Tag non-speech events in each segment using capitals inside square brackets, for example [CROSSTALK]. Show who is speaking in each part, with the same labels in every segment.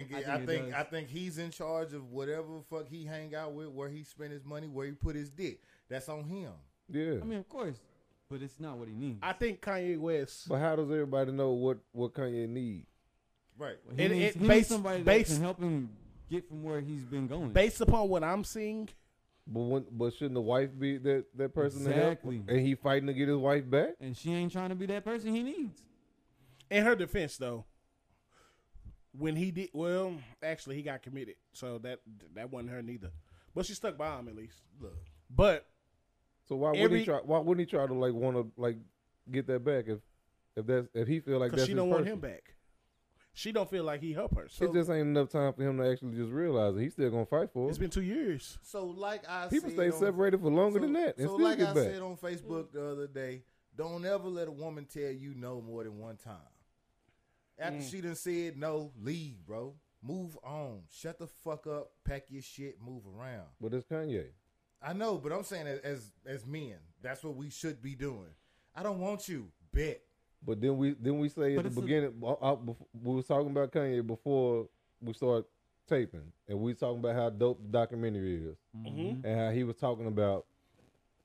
Speaker 1: I think
Speaker 2: I
Speaker 1: it
Speaker 2: think,
Speaker 1: does.
Speaker 2: I think he's in charge of whatever fuck he hang out with, where he spend his money, where he put his dick. That's on him.
Speaker 3: Yeah.
Speaker 1: I mean, of course, but it's not what he needs.
Speaker 4: I think Kanye West.
Speaker 3: But how does everybody know what, what Kanye need?
Speaker 2: Right.
Speaker 1: he needs,
Speaker 4: it- it
Speaker 1: he needs
Speaker 4: based-
Speaker 1: somebody
Speaker 4: based-
Speaker 1: that can help him get from where he's been going.
Speaker 4: Based upon what I'm seeing,
Speaker 3: But when, but shouldn't the wife be that, that person to help?
Speaker 1: Exactly.
Speaker 3: And he fighting to get his wife back?
Speaker 1: and she ain't trying to be that person he needs.
Speaker 4: in her defense though, when he did well, actually he got committed, so that that wasn't her neither. But she stuck by him at least.
Speaker 2: Look.
Speaker 4: But
Speaker 3: So why wouldn't
Speaker 4: Every-
Speaker 3: he try why wouldn't he try to like wanna like get that back if if that's if he feel like
Speaker 4: because
Speaker 3: that's
Speaker 4: she
Speaker 3: his
Speaker 4: don't want
Speaker 3: person?
Speaker 4: him back, she don't feel like he helped her. So
Speaker 3: it just ain't enough time for him to actually just realize it. He's still gonna fight for it.
Speaker 4: it's been two years.
Speaker 2: So like I
Speaker 3: People
Speaker 2: said
Speaker 3: stay
Speaker 2: on-
Speaker 3: separated for longer
Speaker 2: so,
Speaker 3: than that and
Speaker 2: so
Speaker 3: still
Speaker 2: like
Speaker 3: get
Speaker 2: I
Speaker 3: back.
Speaker 2: said on Facebook the other day, don't ever let a woman tell you no more than one time. After
Speaker 3: Mm.
Speaker 2: she done said no, leave, bro. Move on. Shut the fuck up. Pack your shit. Move around.
Speaker 3: but it's Kanye.
Speaker 2: I know, but I'm saying as as, as men, that's what we should be doing. I don't want you, bet.
Speaker 3: But then we then we say
Speaker 1: But
Speaker 3: at
Speaker 1: it's
Speaker 3: the
Speaker 1: a-
Speaker 3: beginning I- I- bef- we was talking about Kanye before we start taping, and we was talking about how dope the documentary is,
Speaker 4: Mm-hmm.
Speaker 3: and how he was talking about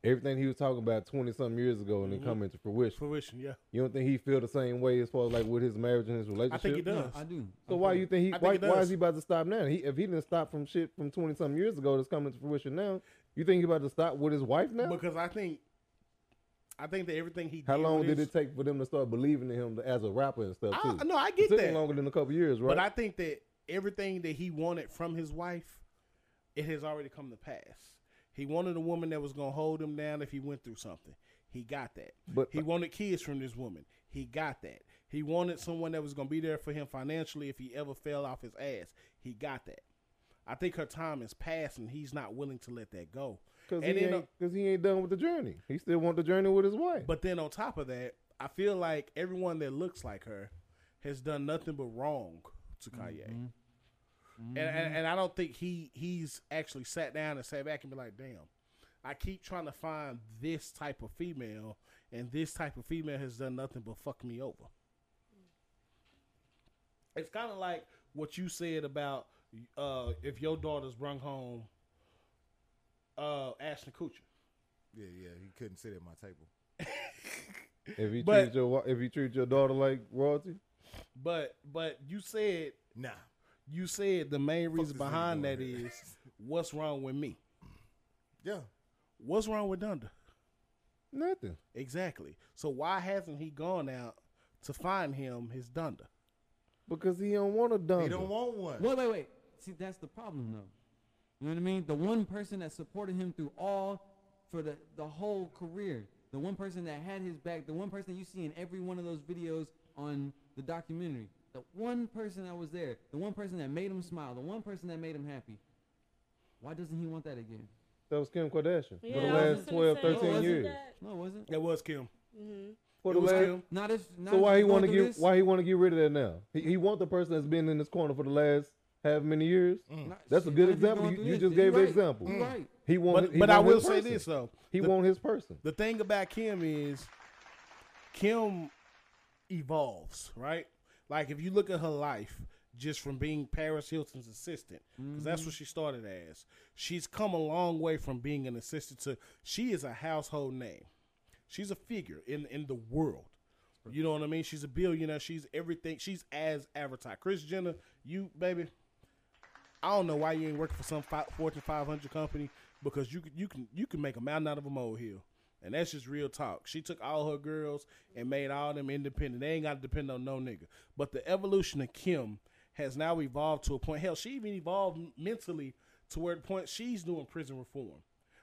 Speaker 3: everything he was talking about twenty something years ago, and
Speaker 4: Mm-hmm.
Speaker 3: it come into fruition.
Speaker 4: Fruition, yeah.
Speaker 3: You don't think he feel the same way as far as like with his marriage and his relationship?
Speaker 4: I think he
Speaker 1: No,
Speaker 4: does.
Speaker 1: I do.
Speaker 3: So why you think he?
Speaker 4: I think
Speaker 3: Why,
Speaker 4: he
Speaker 3: why
Speaker 4: does.
Speaker 3: is he about to stop now? He, if he didn't stop from shit from twenty something years ago that's coming to fruition now, you think he about to stop with his wife now?
Speaker 4: Because I think, I think that everything he.
Speaker 3: How
Speaker 4: did
Speaker 3: long
Speaker 4: with
Speaker 3: did
Speaker 4: his-
Speaker 3: it take for them to start believing in him as a rapper and stuff
Speaker 4: I,
Speaker 3: too?
Speaker 4: no, I
Speaker 3: it
Speaker 4: get
Speaker 3: took
Speaker 4: that,
Speaker 3: him longer than a couple years, right?
Speaker 4: but I think that everything that he wanted from his wife, it has already come to pass. He wanted a woman that was gonna hold him down if he went through something. He got that.
Speaker 3: But-
Speaker 4: he wanted kids from this woman. He got that. He wanted someone that was gonna be there for him financially if he ever fell off his ass. He got that. I think her time is past, and he's not willing to let that go.
Speaker 3: Because he,
Speaker 4: And then, uh,
Speaker 3: ain't- 'cause he ain't done with the journey. He still want the journey with his wife.
Speaker 4: But then on top of that, I feel like everyone that looks like her has done nothing but wrong to Kanye. And, and and I don't think he he's actually sat down and sat back and be like, damn, I keep trying to find this type of female, and this type of female has done nothing but fuck me over. It's kind of like what you said about uh, if your daughter's brung home uh, Ashton Kutcher.
Speaker 2: Yeah, yeah. He couldn't sit at my table.
Speaker 3: if you
Speaker 4: but-
Speaker 3: treat your wa- if you treat your daughter like royalty,
Speaker 4: But but you said
Speaker 2: Nah.
Speaker 4: you said the main
Speaker 2: this
Speaker 4: reason
Speaker 2: nigga
Speaker 4: behind
Speaker 2: doing
Speaker 4: that
Speaker 2: here.
Speaker 4: is what's wrong with me?
Speaker 2: Yeah.
Speaker 4: What's wrong with Donda?
Speaker 3: nothing.
Speaker 4: Exactly. So why hasn't he gone out to find him his Donda?
Speaker 3: Because he don't want a dumb.
Speaker 2: He don't want one.
Speaker 1: Wait, wait, wait. See, that's the problem, though. You know what I mean? The one person that supported him through all, for the, the whole career, the one person that had his back, the one person you see in every one of those videos on the documentary, the one person that was there, the one person that made him smile, the one person that made him happy. Why doesn't he want that again?
Speaker 3: That was Kim Kardashian
Speaker 5: Yeah,
Speaker 3: for the
Speaker 5: I was
Speaker 3: last
Speaker 5: just
Speaker 3: 12,
Speaker 5: gonna say,
Speaker 3: 13
Speaker 5: Oh, wasn't
Speaker 3: years.
Speaker 5: that-
Speaker 1: No, it wasn't.
Speaker 4: That was Kim.
Speaker 3: For
Speaker 4: It
Speaker 3: the
Speaker 4: was
Speaker 3: last,
Speaker 4: Kim.
Speaker 1: Not if, not
Speaker 3: so
Speaker 1: if
Speaker 3: why he
Speaker 1: you
Speaker 3: want to
Speaker 1: go
Speaker 3: get
Speaker 1: through this-
Speaker 3: why he want to get rid of that now? He, he want the person that's been in this corner for the last half many years.
Speaker 4: Mm.
Speaker 1: not-
Speaker 3: That's a
Speaker 1: shit,
Speaker 3: good
Speaker 1: not if
Speaker 3: example.
Speaker 1: going
Speaker 3: You,
Speaker 1: through
Speaker 3: you
Speaker 1: this.
Speaker 3: just
Speaker 1: You
Speaker 3: gave the
Speaker 1: right.
Speaker 3: example.
Speaker 1: You right.
Speaker 3: He want.
Speaker 4: But
Speaker 3: he
Speaker 4: but I
Speaker 3: want
Speaker 4: will
Speaker 3: his
Speaker 4: say
Speaker 3: person.
Speaker 4: this though.
Speaker 3: He
Speaker 4: the,
Speaker 3: want his person.
Speaker 4: the thing about Kim is Kim evolves, right? Like if you look at her life just from being Paris Hilton's assistant, because that's what she started as. She's come a long way from being an assistant to she is a household name. She's a figure in in the world. You know what I mean? She's a billionaire. She's everything. She's as advertised. Chris Jenner, you baby, I don't know why you ain't working for some fi- Fortune 500 company because you can, you can you can make a mountain out of a molehill, and that's just real talk. She took all her girls and made all them independent. They ain't got to depend on no nigga. But the evolution of Kim has now evolved to a point. Hell, she even evolved m- mentally to where the point she's doing prison reform.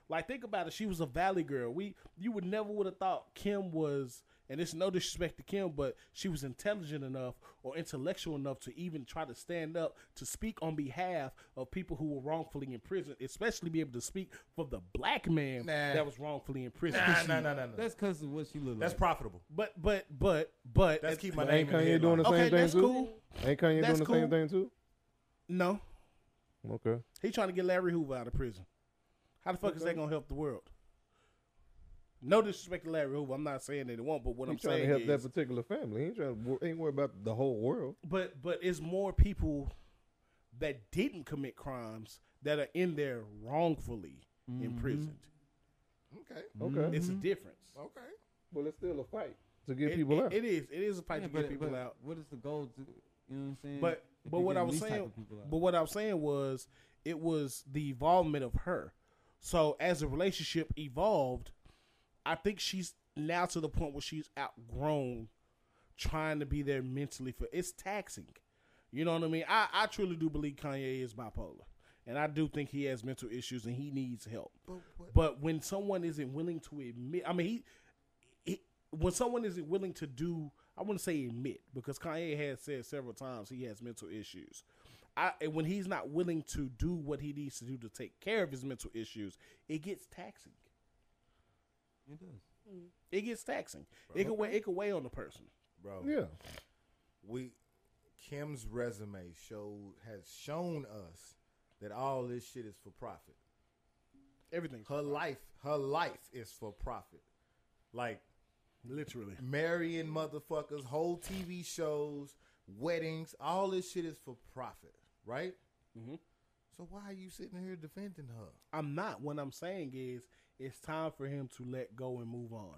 Speaker 4: Like think about it. She was a valley girl. We you would never would have thought Kim was. And it's no disrespect to Kim, but she was intelligent enough or intellectual enough to even try to stand up to speak on behalf of people who were wrongfully in prison, especially be able to speak for the black man
Speaker 2: Nah.
Speaker 4: that was wrongfully in prison.
Speaker 2: Nah, nah, nah, nah, nah.
Speaker 1: That's because of what she looked
Speaker 2: That's
Speaker 1: like.
Speaker 2: profitable.
Speaker 4: But but but but
Speaker 2: Let's keep my
Speaker 3: Ain't
Speaker 2: name in the
Speaker 3: Kanye doing
Speaker 2: headline.
Speaker 3: the
Speaker 4: Okay,
Speaker 3: same thing
Speaker 4: that's
Speaker 3: too?
Speaker 4: cool.
Speaker 3: Ain't Kanye
Speaker 4: That's
Speaker 3: doing the
Speaker 4: cool.
Speaker 3: same thing too?
Speaker 4: No,
Speaker 3: Okay.
Speaker 4: he trying to get Larry Hoover out of prison. How the fuck is that gonna help the world? No disrespect to Larry Hoover. I'm not saying that it won't, but what
Speaker 3: He
Speaker 4: I'm
Speaker 3: trying
Speaker 4: saying
Speaker 3: to help
Speaker 4: is,
Speaker 3: that particular family. He ain't trying to wor- ain't worry about the whole world.
Speaker 4: but but it's more people that didn't commit crimes that are in there wrongfully
Speaker 1: Mm-hmm.
Speaker 4: imprisoned.
Speaker 2: Oh, Okay.
Speaker 3: Okay.
Speaker 4: It's a difference.
Speaker 2: Okay.
Speaker 3: well, it's still a fight to get
Speaker 4: It-
Speaker 3: people
Speaker 4: it-
Speaker 3: out.
Speaker 4: it is. It is a fight
Speaker 1: Yeah,
Speaker 4: to get
Speaker 1: but-
Speaker 4: people
Speaker 1: but
Speaker 4: out.
Speaker 1: What is the goal? To, you know what I'm saying?
Speaker 4: But
Speaker 1: If
Speaker 4: but
Speaker 1: you're
Speaker 4: what I
Speaker 1: getting
Speaker 4: was
Speaker 1: these type
Speaker 4: saying,
Speaker 1: of people out.
Speaker 4: but what I was saying was, it was the involvement of her. So as the relationship evolved, I think she's now to the point where she's outgrown trying to be there mentally for it's taxing. You know what I mean? I, I truly do believe Kanye is bipolar. And I do think he has mental issues and he needs help.
Speaker 2: But what-
Speaker 4: But when someone isn't willing to admit, I mean, he, he when someone isn't willing to do, I want to say admit because Kanye has said several times he has mental issues. I and when he's not willing to do what he needs to do to take care of his mental issues, it gets taxing.
Speaker 1: It does.
Speaker 4: It gets taxing. It can weigh it can weigh on the person.
Speaker 2: Bro.
Speaker 3: yeah.
Speaker 2: we Kim's resume showed has shown us that all this shit is for profit.
Speaker 4: Everything
Speaker 2: Her life, her life is for profit. Like
Speaker 4: literally.
Speaker 2: marrying motherfuckers, whole TV shows, weddings, all this shit is for profit, right?
Speaker 4: Mhm.
Speaker 2: So why are you sitting here defending her?
Speaker 4: I'm not. What I'm saying is, it's time for him to let go and move on.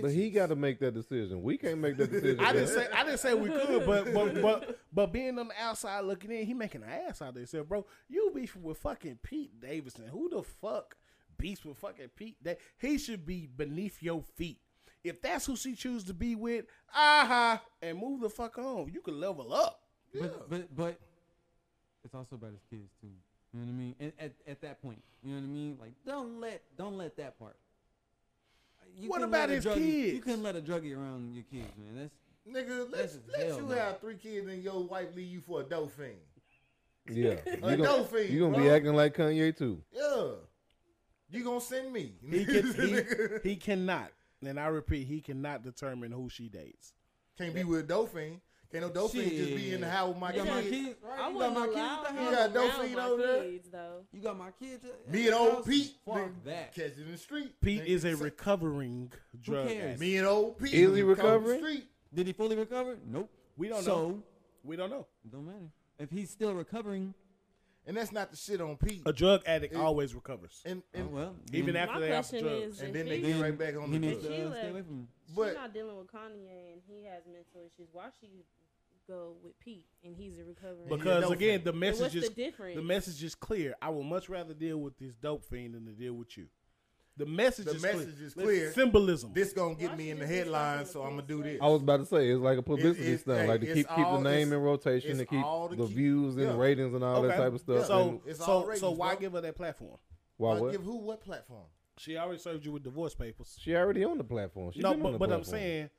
Speaker 3: But he
Speaker 2: Bitches.
Speaker 3: got to make that decision. We can't make that decision.
Speaker 4: I
Speaker 3: man.
Speaker 4: didn't say I didn't say we could,
Speaker 1: [LAUGHS]
Speaker 4: but but but but being on the outside looking in, he making an ass out of himself, bro. You beefing with fucking Pete Davidson? Who the fuck beefs with fucking Pete? That he should be beneath your feet. If that's who she choose to be with, aha, and move the fuck on. You can level up.
Speaker 2: Yeah.
Speaker 1: But but but it's also about his kids too. You know what I mean? And at, at that point, you know what I mean? Like don't let don't let that part. You
Speaker 4: What
Speaker 1: couldn't
Speaker 4: about
Speaker 1: let a
Speaker 4: his
Speaker 1: druggie- You
Speaker 4: kids?
Speaker 1: couldn't let a druggie around your kids, man. That's
Speaker 2: Nigga,
Speaker 1: That's
Speaker 2: let, let
Speaker 1: hell
Speaker 2: you
Speaker 1: no.
Speaker 2: have three kids and your wife leave you for a dope fiend.
Speaker 3: Yeah, you
Speaker 2: A dope
Speaker 3: gonna,
Speaker 2: fiend,
Speaker 3: you gonna be
Speaker 2: bro.
Speaker 3: acting like Kanye too.
Speaker 2: Yeah. You gonna send me. [LAUGHS]
Speaker 4: He can
Speaker 1: [LAUGHS]
Speaker 4: he, he cannot. And I repeat, he cannot determine who she dates.
Speaker 2: Can't be with Dolphin. Can't no Dolphin just be in the
Speaker 1: Shit.
Speaker 2: house with my
Speaker 1: you got my
Speaker 2: kid.
Speaker 1: kids, right?
Speaker 5: I
Speaker 1: you got
Speaker 5: wouldn't
Speaker 1: my kids
Speaker 5: allow
Speaker 1: at the
Speaker 5: him
Speaker 2: You
Speaker 1: house.
Speaker 2: got dope
Speaker 5: around
Speaker 2: feet
Speaker 5: my
Speaker 2: over there?
Speaker 5: kids, though.
Speaker 1: You got my kids. at-
Speaker 2: Me
Speaker 1: at
Speaker 2: and
Speaker 1: the
Speaker 2: old
Speaker 1: house?
Speaker 2: Pete.
Speaker 1: Fuck
Speaker 2: nigga,
Speaker 1: that.
Speaker 2: Catch it in the street.
Speaker 4: Pete
Speaker 2: Nigga,
Speaker 4: is a
Speaker 2: say-
Speaker 4: recovering drug.
Speaker 1: cares?
Speaker 4: addict.
Speaker 2: Me and old Pete.
Speaker 3: Is he
Speaker 2: we come to the
Speaker 3: recovering?
Speaker 2: Street.
Speaker 1: Did he fully recover? Nope.
Speaker 4: We don't
Speaker 1: so,
Speaker 4: know. We don't know.
Speaker 1: it Don't matter. If he's still recovering,
Speaker 2: And that's not the shit on Pete.
Speaker 4: A drug addict always recovers.
Speaker 2: And,
Speaker 1: oh,
Speaker 2: and,
Speaker 1: well,
Speaker 4: Even
Speaker 1: then,
Speaker 4: after
Speaker 5: My
Speaker 4: they off
Speaker 5: question
Speaker 4: drugs.
Speaker 5: is,
Speaker 2: and
Speaker 5: if
Speaker 2: then they
Speaker 5: he-
Speaker 2: get
Speaker 1: then
Speaker 2: right back on the
Speaker 1: he needs
Speaker 2: drugs.
Speaker 1: to
Speaker 5: She
Speaker 1: uh, stay
Speaker 5: like-
Speaker 1: away from him.
Speaker 2: But-
Speaker 5: she's not dealing with Kanye and he has mental issues. Why she go with Pete and he's a recovering?
Speaker 2: But
Speaker 4: Because
Speaker 2: dope
Speaker 4: again,
Speaker 2: fiend.
Speaker 4: the
Speaker 5: But
Speaker 4: message
Speaker 5: what's
Speaker 4: is
Speaker 5: the
Speaker 4: the,
Speaker 5: difference?
Speaker 4: message is clear. I would much rather deal with this dope fiend than to deal with you. The message
Speaker 2: The
Speaker 4: is
Speaker 2: message
Speaker 4: clear.
Speaker 2: is clear.
Speaker 4: Symbolism.
Speaker 2: This gonna get
Speaker 5: Why
Speaker 2: me
Speaker 5: she
Speaker 2: in the
Speaker 5: just get
Speaker 2: headlines,
Speaker 5: off
Speaker 2: so
Speaker 5: on
Speaker 2: I'm
Speaker 5: the
Speaker 2: gonna do
Speaker 5: kids,
Speaker 2: this.
Speaker 3: I was about to say it's like a publicity
Speaker 2: it's-
Speaker 3: stuff, like to
Speaker 2: hey,
Speaker 3: keep
Speaker 2: it's
Speaker 3: keep
Speaker 2: all-
Speaker 3: the name
Speaker 2: it's-
Speaker 3: in rotation, to
Speaker 2: it's
Speaker 3: keep
Speaker 2: all to
Speaker 3: the
Speaker 2: keep-
Speaker 3: views and
Speaker 2: yeah.
Speaker 3: ratings and all that
Speaker 4: Okay.
Speaker 3: type of stuff. and
Speaker 4: So,
Speaker 2: It's
Speaker 4: so,
Speaker 2: all ratings,
Speaker 4: so why
Speaker 2: bro.
Speaker 4: give her that platform?
Speaker 3: why
Speaker 2: But
Speaker 3: what?
Speaker 2: Give who what platform?
Speaker 4: She already served you with divorce papers.
Speaker 3: She already on the platform. She
Speaker 4: no,
Speaker 3: been on
Speaker 4: but,
Speaker 3: the
Speaker 4: but I'm
Speaker 3: platform.
Speaker 4: saying,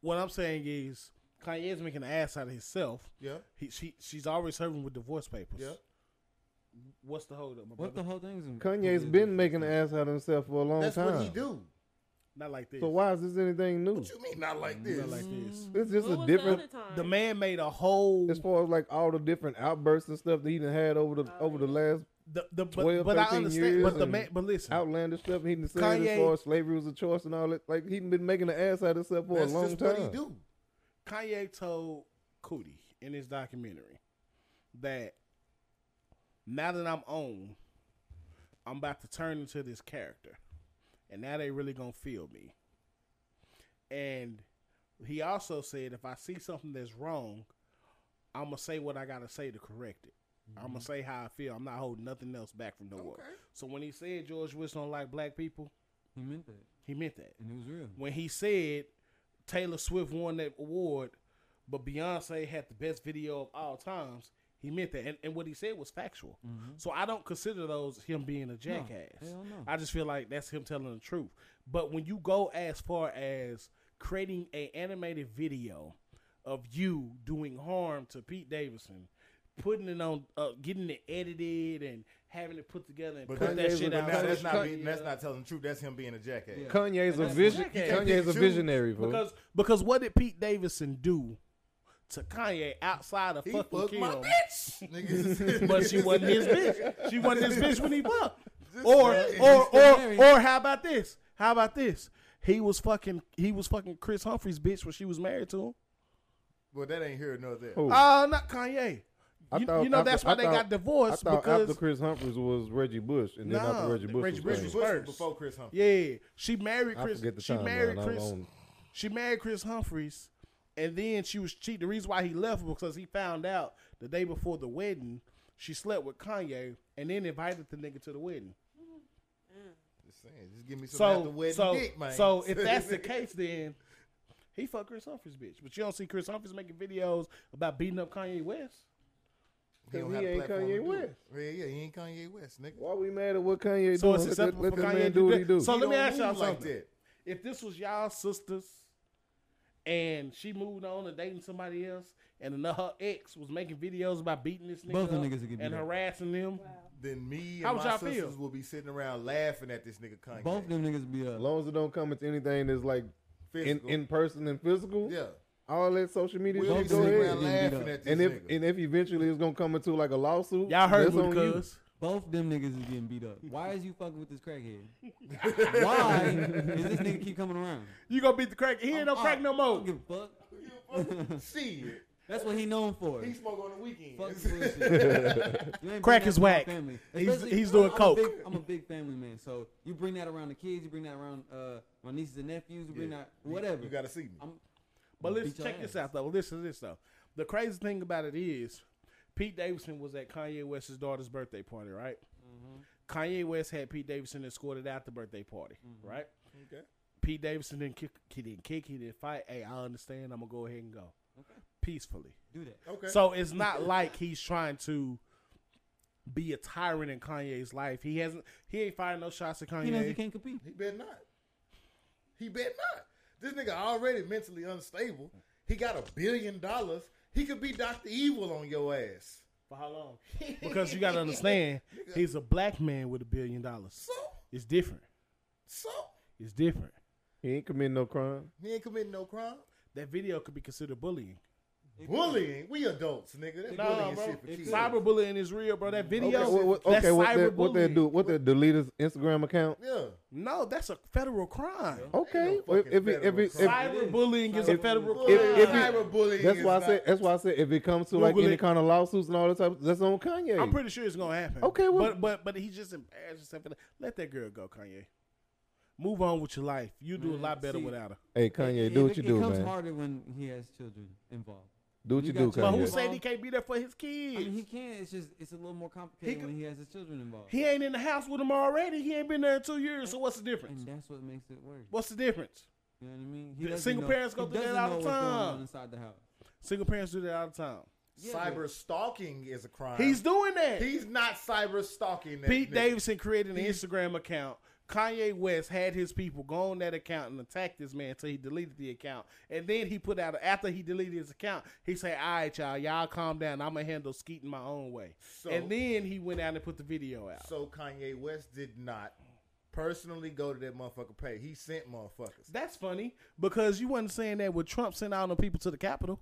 Speaker 4: what I'm saying is, Kanye is making an ass out of himself.
Speaker 2: Yeah.
Speaker 4: He, she, she's already serving with divorce papers.
Speaker 2: Yeah.
Speaker 4: What's the holdup, my
Speaker 1: What
Speaker 4: brother?
Speaker 1: the whole thing's
Speaker 3: Kanye's been making an ass out of himself for a long
Speaker 2: That's
Speaker 3: time.
Speaker 2: what he do.
Speaker 4: Not like this.
Speaker 3: So why is this anything new?
Speaker 2: What you mean not like this?
Speaker 4: Not like this.
Speaker 3: It's just
Speaker 5: What
Speaker 3: a
Speaker 5: was the
Speaker 3: different.
Speaker 5: other time?
Speaker 4: The man made a whole.
Speaker 3: As far as like all the different outbursts and stuff that he done had over the over the last
Speaker 4: the, the, but,
Speaker 3: 12,
Speaker 4: but I
Speaker 3: 13
Speaker 4: understand.
Speaker 3: years
Speaker 4: But the
Speaker 3: and
Speaker 4: man. But listen.
Speaker 3: outlandish stuff he done said
Speaker 4: Kanye-
Speaker 3: as far as slavery was a choice and all that, like he done been making an ass out of himself for
Speaker 2: That's
Speaker 3: a long
Speaker 2: just
Speaker 3: time.
Speaker 2: what he do.
Speaker 4: Kanye told Cootie in his documentary that now that I'm on, I'm about to turn into this character. And now they really gonna feel me. And he also said if I see something that's wrong, I'm gonna say what I gotta say to correct it. I'm
Speaker 3: Mm-hmm.
Speaker 4: gonna say how I feel. I'm not holding nothing else back from the world.
Speaker 2: Okay.
Speaker 4: So when he said George Bush don't like black people,
Speaker 1: He meant that,
Speaker 4: he meant that
Speaker 1: and it was real.
Speaker 4: when he said Taylor Swift won that award, but Beyonce had the best video of all times, he meant that. And, and what he said was factual. So I don't consider those him being a jackass.
Speaker 1: Mm-hmm. hell no.
Speaker 4: I just feel like that's him telling the truth. But when you go as far as creating a animated video of you doing harm to Pete Davidson, putting it on, uh, getting it edited and having it put together and
Speaker 2: But
Speaker 4: put that
Speaker 3: Kanye's
Speaker 4: shit
Speaker 3: a-
Speaker 4: out.
Speaker 2: But now that's
Speaker 3: Kanye-
Speaker 2: not being, that's not telling the truth. That's him being a jackass.
Speaker 1: Yeah.
Speaker 3: Kanye's a
Speaker 4: that's
Speaker 3: vision.
Speaker 4: what Kanye
Speaker 3: Kanye's a
Speaker 2: did too,
Speaker 3: visionary, bro.
Speaker 4: because because what did Pete Davidson do to Kanye outside of
Speaker 2: He
Speaker 4: fucking
Speaker 2: fucked my
Speaker 4: Kim?
Speaker 2: bitch. Niggas-
Speaker 4: But [LAUGHS] she wasn't
Speaker 3: [LAUGHS]
Speaker 4: his bitch. She wasn't his bitch when he fucked. Or or
Speaker 1: still
Speaker 4: or
Speaker 1: married.
Speaker 4: or how about this? How about this? He was fucking he was fucking Chris Humphrey's bitch when she was married to him. Oh,
Speaker 2: Well, that ain't here nor there.
Speaker 3: Who?
Speaker 4: Uh not Kanye.
Speaker 3: I
Speaker 4: you,
Speaker 3: thought
Speaker 4: you know
Speaker 3: after-
Speaker 4: that's why
Speaker 3: I
Speaker 4: they
Speaker 3: thought-
Speaker 4: got
Speaker 3: I
Speaker 4: divorced
Speaker 3: thought
Speaker 4: because
Speaker 3: after Chris Humphries was Reggie Bush, and then
Speaker 4: Nah,
Speaker 3: after Reggie Bush
Speaker 4: Reggie
Speaker 3: was
Speaker 4: Bush
Speaker 3: Bush
Speaker 4: was
Speaker 2: Bush
Speaker 4: first.
Speaker 2: was before Chris Humphrey.
Speaker 4: yeah, she married
Speaker 3: I
Speaker 4: Chris.
Speaker 3: forget the
Speaker 4: she
Speaker 3: time.
Speaker 4: married
Speaker 3: I'm,
Speaker 4: Chris.
Speaker 3: on-
Speaker 4: She married Chris Humphreys, and then she was cheating. The reason why he left was because he found out the day before the wedding she slept with Kanye, and then invited the nigga to the wedding.
Speaker 2: Just saying, just give me some after
Speaker 4: So,
Speaker 2: wedding
Speaker 4: so,
Speaker 2: dick, man.
Speaker 4: so
Speaker 2: [LAUGHS]
Speaker 4: if that's the case, then he fucked Chris Humphreys, bitch. But you don't see Chris Humphreys making videos about beating up Kanye West.
Speaker 2: don't
Speaker 3: Cause
Speaker 2: have
Speaker 3: he
Speaker 2: a
Speaker 3: ain't
Speaker 2: platform
Speaker 3: Kanye
Speaker 2: to do it.
Speaker 3: West.
Speaker 2: Yeah, yeah, he ain't Kanye West, nigga.
Speaker 3: Why we mad at what Kanye
Speaker 4: So
Speaker 3: doing?
Speaker 4: it's
Speaker 3: Let-
Speaker 4: acceptable
Speaker 3: let
Speaker 4: for
Speaker 3: this
Speaker 4: Kanye
Speaker 3: man
Speaker 4: to do
Speaker 3: do what he
Speaker 4: that.
Speaker 3: do.
Speaker 4: So- let me ask
Speaker 2: don't
Speaker 4: y'all
Speaker 2: move like
Speaker 4: something.
Speaker 2: that.
Speaker 4: if this was y'all sisters and she moved on and dating somebody else and another her ex was making videos about beating this nigga
Speaker 1: Both them
Speaker 4: up
Speaker 1: niggas would get beat
Speaker 4: and
Speaker 1: up.
Speaker 4: harassing them.
Speaker 2: Then me and
Speaker 4: How would
Speaker 2: my
Speaker 4: y'all
Speaker 2: sisters
Speaker 4: feel?
Speaker 2: will be sitting around laughing at this nigga Kanye.
Speaker 1: Both them niggas be
Speaker 3: As
Speaker 1: up.
Speaker 3: long as it don't come into anything that's like in,
Speaker 2: Physical.
Speaker 3: in person and physical,
Speaker 2: yeah,
Speaker 3: all that social media
Speaker 2: we'll
Speaker 1: Both
Speaker 2: be
Speaker 3: shit,
Speaker 1: them
Speaker 3: go
Speaker 2: sitting
Speaker 1: niggas
Speaker 2: around
Speaker 1: getting beat
Speaker 3: ahead.
Speaker 2: laughing
Speaker 1: up.
Speaker 2: at this
Speaker 3: And if
Speaker 2: nigga.
Speaker 3: and if eventually it's gonna come into like a lawsuit,
Speaker 4: Y'all heard
Speaker 3: that's
Speaker 4: me
Speaker 3: on you.
Speaker 4: because
Speaker 1: Both them niggas is getting beat up. Why is you fucking with
Speaker 2: [LAUGHS]
Speaker 1: this crackhead? Why is this nigga keep coming around?
Speaker 4: you. gonna beat the crack. He ain't no crack no
Speaker 1: I don't
Speaker 4: more.
Speaker 1: give a
Speaker 2: [LAUGHS]
Speaker 1: fuck.
Speaker 2: See
Speaker 4: [LAUGHS]
Speaker 2: it.
Speaker 1: That's what he known for.
Speaker 2: He smoke on the
Speaker 1: Fuck
Speaker 2: [LAUGHS] weekends.
Speaker 1: bullshit. You ain't
Speaker 4: Crack
Speaker 1: bring
Speaker 4: is
Speaker 1: that to my
Speaker 4: whack.
Speaker 1: family.
Speaker 4: He's-
Speaker 1: Especially-
Speaker 4: he's doing
Speaker 1: I'm a
Speaker 4: coke.
Speaker 1: big- I'm a big family man, so you bring that around the kids, you bring that around uh, my nieces and nephews, you bring
Speaker 2: Yeah.
Speaker 1: that whatever.
Speaker 2: You gotta see me.
Speaker 1: I'm,
Speaker 4: But let's
Speaker 1: Beat your
Speaker 4: check this
Speaker 1: ass.
Speaker 4: out though. Listen to this though. The crazy thing about it is, Pete Davidson was at Kanye West's daughter's birthday party, right?
Speaker 1: Mm-hmm.
Speaker 4: Kanye West had Pete Davidson escorted out the birthday party,
Speaker 1: Mm-hmm.
Speaker 4: right?
Speaker 2: Okay.
Speaker 4: Pete Davidson didn't kick, he didn't kick, he didn't fight. Hey, I understand. I'm gonna go ahead and go peacefully.
Speaker 1: do that.
Speaker 2: Okay.
Speaker 4: So it's not [LAUGHS] like he's trying to be a tyrant in Kanye's life. He hasn't. He ain't firing no shots at
Speaker 1: He knows he
Speaker 4: Kanye.
Speaker 1: can't compete.
Speaker 2: He bet not. He bet not. This nigga already mentally unstable. He got a billion dollars. He could be Doctor Evil on your ass.
Speaker 4: For how
Speaker 3: [LAUGHS]
Speaker 4: long? because you gotta understand, he's a black man with a billion dollars.
Speaker 2: So,
Speaker 4: It's different.
Speaker 2: so
Speaker 4: It's different.
Speaker 3: He ain't committing no crime.
Speaker 2: he ain't committing no crime.
Speaker 4: That video could be considered bullying.
Speaker 2: Bullying. We adults, nigga. That
Speaker 1: Nah,
Speaker 2: bullying
Speaker 1: bro.
Speaker 2: shit for
Speaker 1: It
Speaker 2: kids.
Speaker 1: could. Cyber-
Speaker 4: Cyberbullying is real, bro. That video.
Speaker 3: okay, what, what,
Speaker 4: that's
Speaker 3: okay, what that what they
Speaker 4: cyberbullying.
Speaker 3: do? What they delete his Instagram account?
Speaker 2: Yeah.
Speaker 4: No, that's a federal crime.
Speaker 3: Okay,
Speaker 2: Ain't no
Speaker 3: if if
Speaker 2: fucking
Speaker 3: it, if it,
Speaker 2: federal
Speaker 3: if,
Speaker 2: crime.
Speaker 4: Cyberbullying is a
Speaker 1: If-
Speaker 4: federal crime.
Speaker 2: Bullying.
Speaker 3: if- if you-
Speaker 2: Cyberbullying
Speaker 3: that's
Speaker 2: is
Speaker 3: why I
Speaker 2: not-
Speaker 3: said that's why I said if it comes to like
Speaker 4: Google
Speaker 3: any
Speaker 4: it.
Speaker 3: kind of lawsuits and all that type, that's on Kanye.
Speaker 4: I'm pretty sure it's gonna happen.
Speaker 3: Okay, well-
Speaker 4: but but but he just embarrassed himself. and- Let that girl go, Kanye. Move on with your life. You do a
Speaker 1: Man,
Speaker 4: lot better
Speaker 1: see-
Speaker 4: without her.
Speaker 3: hey Kanye,
Speaker 1: It-
Speaker 3: do
Speaker 1: it-
Speaker 3: what you do,
Speaker 1: It comes
Speaker 3: man.
Speaker 1: harder when he has children involved.
Speaker 3: Do what
Speaker 1: You
Speaker 3: you,
Speaker 1: got
Speaker 3: do,
Speaker 1: your-
Speaker 4: But who
Speaker 1: yeah.
Speaker 3: Kanye.
Speaker 4: said he can't be there for his kids?
Speaker 1: I mean, he can. It's just it's a little more complicated
Speaker 4: could-
Speaker 1: when he has his children involved,
Speaker 4: he, ain't in the house with him already. He ain't been there in two years. So what's the difference?
Speaker 1: and that's what makes it worse.
Speaker 4: What's the difference?
Speaker 1: You know what I mean? He
Speaker 4: The
Speaker 1: doesn't
Speaker 4: single
Speaker 1: know-
Speaker 4: parents go
Speaker 1: he
Speaker 4: through that
Speaker 1: doesn't
Speaker 4: all
Speaker 1: know
Speaker 4: the
Speaker 1: what's going
Speaker 4: time.
Speaker 1: on inside the house.
Speaker 4: Single parents do that all the time.
Speaker 1: Yeah, but-
Speaker 2: cyber stalking is a crime.
Speaker 4: He's doing that.
Speaker 2: he's not cyber stalking. That
Speaker 4: Pete
Speaker 2: nigga.
Speaker 4: Davidson created an Instagram account. Kanye West had his people go on that account and attack this man until he deleted the account. And then he put out after he deleted his account, he said, "All right, y'all, y'all calm down. I'm gonna handle skeeting my own way."
Speaker 2: So-
Speaker 4: and then he went out and put the video out.
Speaker 2: So Kanye West did not personally go to that motherfucker page. He sent motherfuckers.
Speaker 4: That's funny because you wasn't saying that when Trump sent all the people to the Capitol.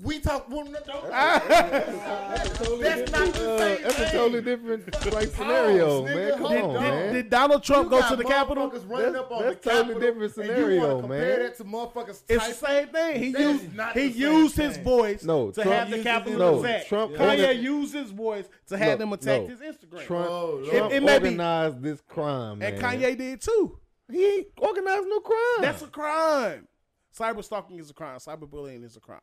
Speaker 2: We talk. Well, no, don't, that's not the
Speaker 3: Uh,
Speaker 2: same
Speaker 3: that's a
Speaker 2: thing.
Speaker 3: totally different like scenario,
Speaker 2: nigga,
Speaker 3: man. Come
Speaker 2: hold
Speaker 3: on,
Speaker 2: on.
Speaker 3: man.
Speaker 4: Did Donald Trump
Speaker 2: You
Speaker 4: go
Speaker 2: got
Speaker 4: to the Capitol?
Speaker 2: motherfuckers Running
Speaker 3: That's-
Speaker 2: up on
Speaker 3: that's
Speaker 2: the
Speaker 3: totally
Speaker 2: Capitol, and
Speaker 3: different
Speaker 2: you
Speaker 3: scenario,
Speaker 2: wanna compare
Speaker 3: man.
Speaker 2: that to motherfuckers.
Speaker 4: It's
Speaker 2: type-
Speaker 4: the same thing. He
Speaker 2: That is
Speaker 4: used
Speaker 2: not
Speaker 4: he
Speaker 2: the same
Speaker 4: used his
Speaker 2: thing.
Speaker 4: voice
Speaker 3: No,
Speaker 4: to
Speaker 3: Trump
Speaker 4: have the
Speaker 1: uses
Speaker 4: Capitol
Speaker 1: his- no,
Speaker 4: attack.
Speaker 3: Trump
Speaker 4: Kanye
Speaker 3: organ-
Speaker 4: used his voice to have
Speaker 3: No,
Speaker 4: them attack
Speaker 3: no.
Speaker 4: his Instagram.
Speaker 3: Trump,
Speaker 2: Oh,
Speaker 3: Trump
Speaker 4: It- it may be-
Speaker 3: organized this crime, man.
Speaker 4: and Kanye did too.
Speaker 3: he ain't organized no crime.
Speaker 4: That's a crime. Cyber stalking is a crime. Cyberbullying is a crime.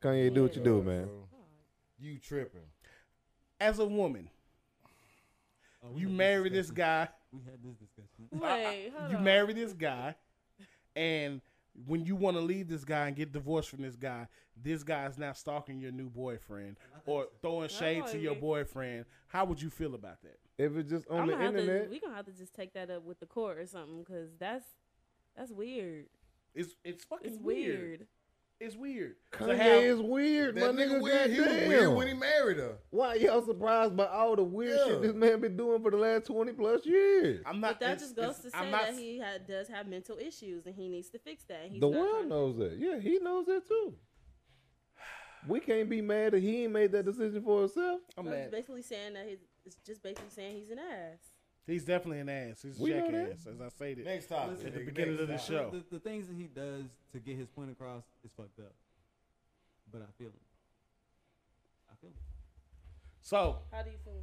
Speaker 3: Kanye, do what you do, man.
Speaker 2: You tripping?
Speaker 4: As a woman,
Speaker 1: Oh, we
Speaker 4: you
Speaker 1: had
Speaker 4: marry this
Speaker 1: discussion.
Speaker 4: guy.
Speaker 1: We had this discussion.
Speaker 5: Wait,
Speaker 4: [LAUGHS]
Speaker 5: hold
Speaker 4: You
Speaker 5: on.
Speaker 4: marry this guy, and when you want to leave this guy and get divorced from this guy, this guy is now stalking your new boyfriend or throwing shade to your
Speaker 5: agree.
Speaker 4: boyfriend. How would you feel about that?
Speaker 3: If it's just on
Speaker 5: I'm
Speaker 3: the
Speaker 5: gonna have to-
Speaker 3: internet,
Speaker 5: we gonna have to just take that up with the court or something because that's that's weird.
Speaker 4: It's it's fucking
Speaker 5: It's
Speaker 4: weird.
Speaker 5: weird.
Speaker 4: It's weird. To
Speaker 3: Kanye
Speaker 4: have-
Speaker 3: is weird.
Speaker 2: That
Speaker 3: my
Speaker 2: nigga
Speaker 3: nigga,
Speaker 2: weird. He was
Speaker 3: goddamn.
Speaker 2: weird when he married her.
Speaker 3: Why y'all surprised by all the weird
Speaker 2: Yeah.
Speaker 3: shit this man been doing for the last twenty plus years?
Speaker 4: I'm
Speaker 5: But
Speaker 4: not.
Speaker 5: that
Speaker 4: it's-
Speaker 5: just goes to
Speaker 4: it's-
Speaker 5: say
Speaker 4: I'm not-
Speaker 5: that he ha- does have mental issues and he needs to fix that. And he's
Speaker 3: the
Speaker 5: not
Speaker 3: world
Speaker 5: trying to-
Speaker 3: knows that. Yeah, he knows that too. We can't be mad that he ain't made that decision for himself.
Speaker 4: I'm
Speaker 5: So It's
Speaker 4: mad.
Speaker 5: basically saying that he's it's just basically saying he's an ass.
Speaker 4: He's definitely an ass. He's a
Speaker 3: We know
Speaker 4: jackass, as I stated.
Speaker 2: Next topic.
Speaker 1: Listen,
Speaker 4: at the
Speaker 2: nigga,
Speaker 4: beginning
Speaker 2: next
Speaker 4: of the
Speaker 2: topic.
Speaker 4: show.
Speaker 1: The, the things that he does to get his point across is fucked up. But I feel him. feel
Speaker 4: So
Speaker 5: How do you feel?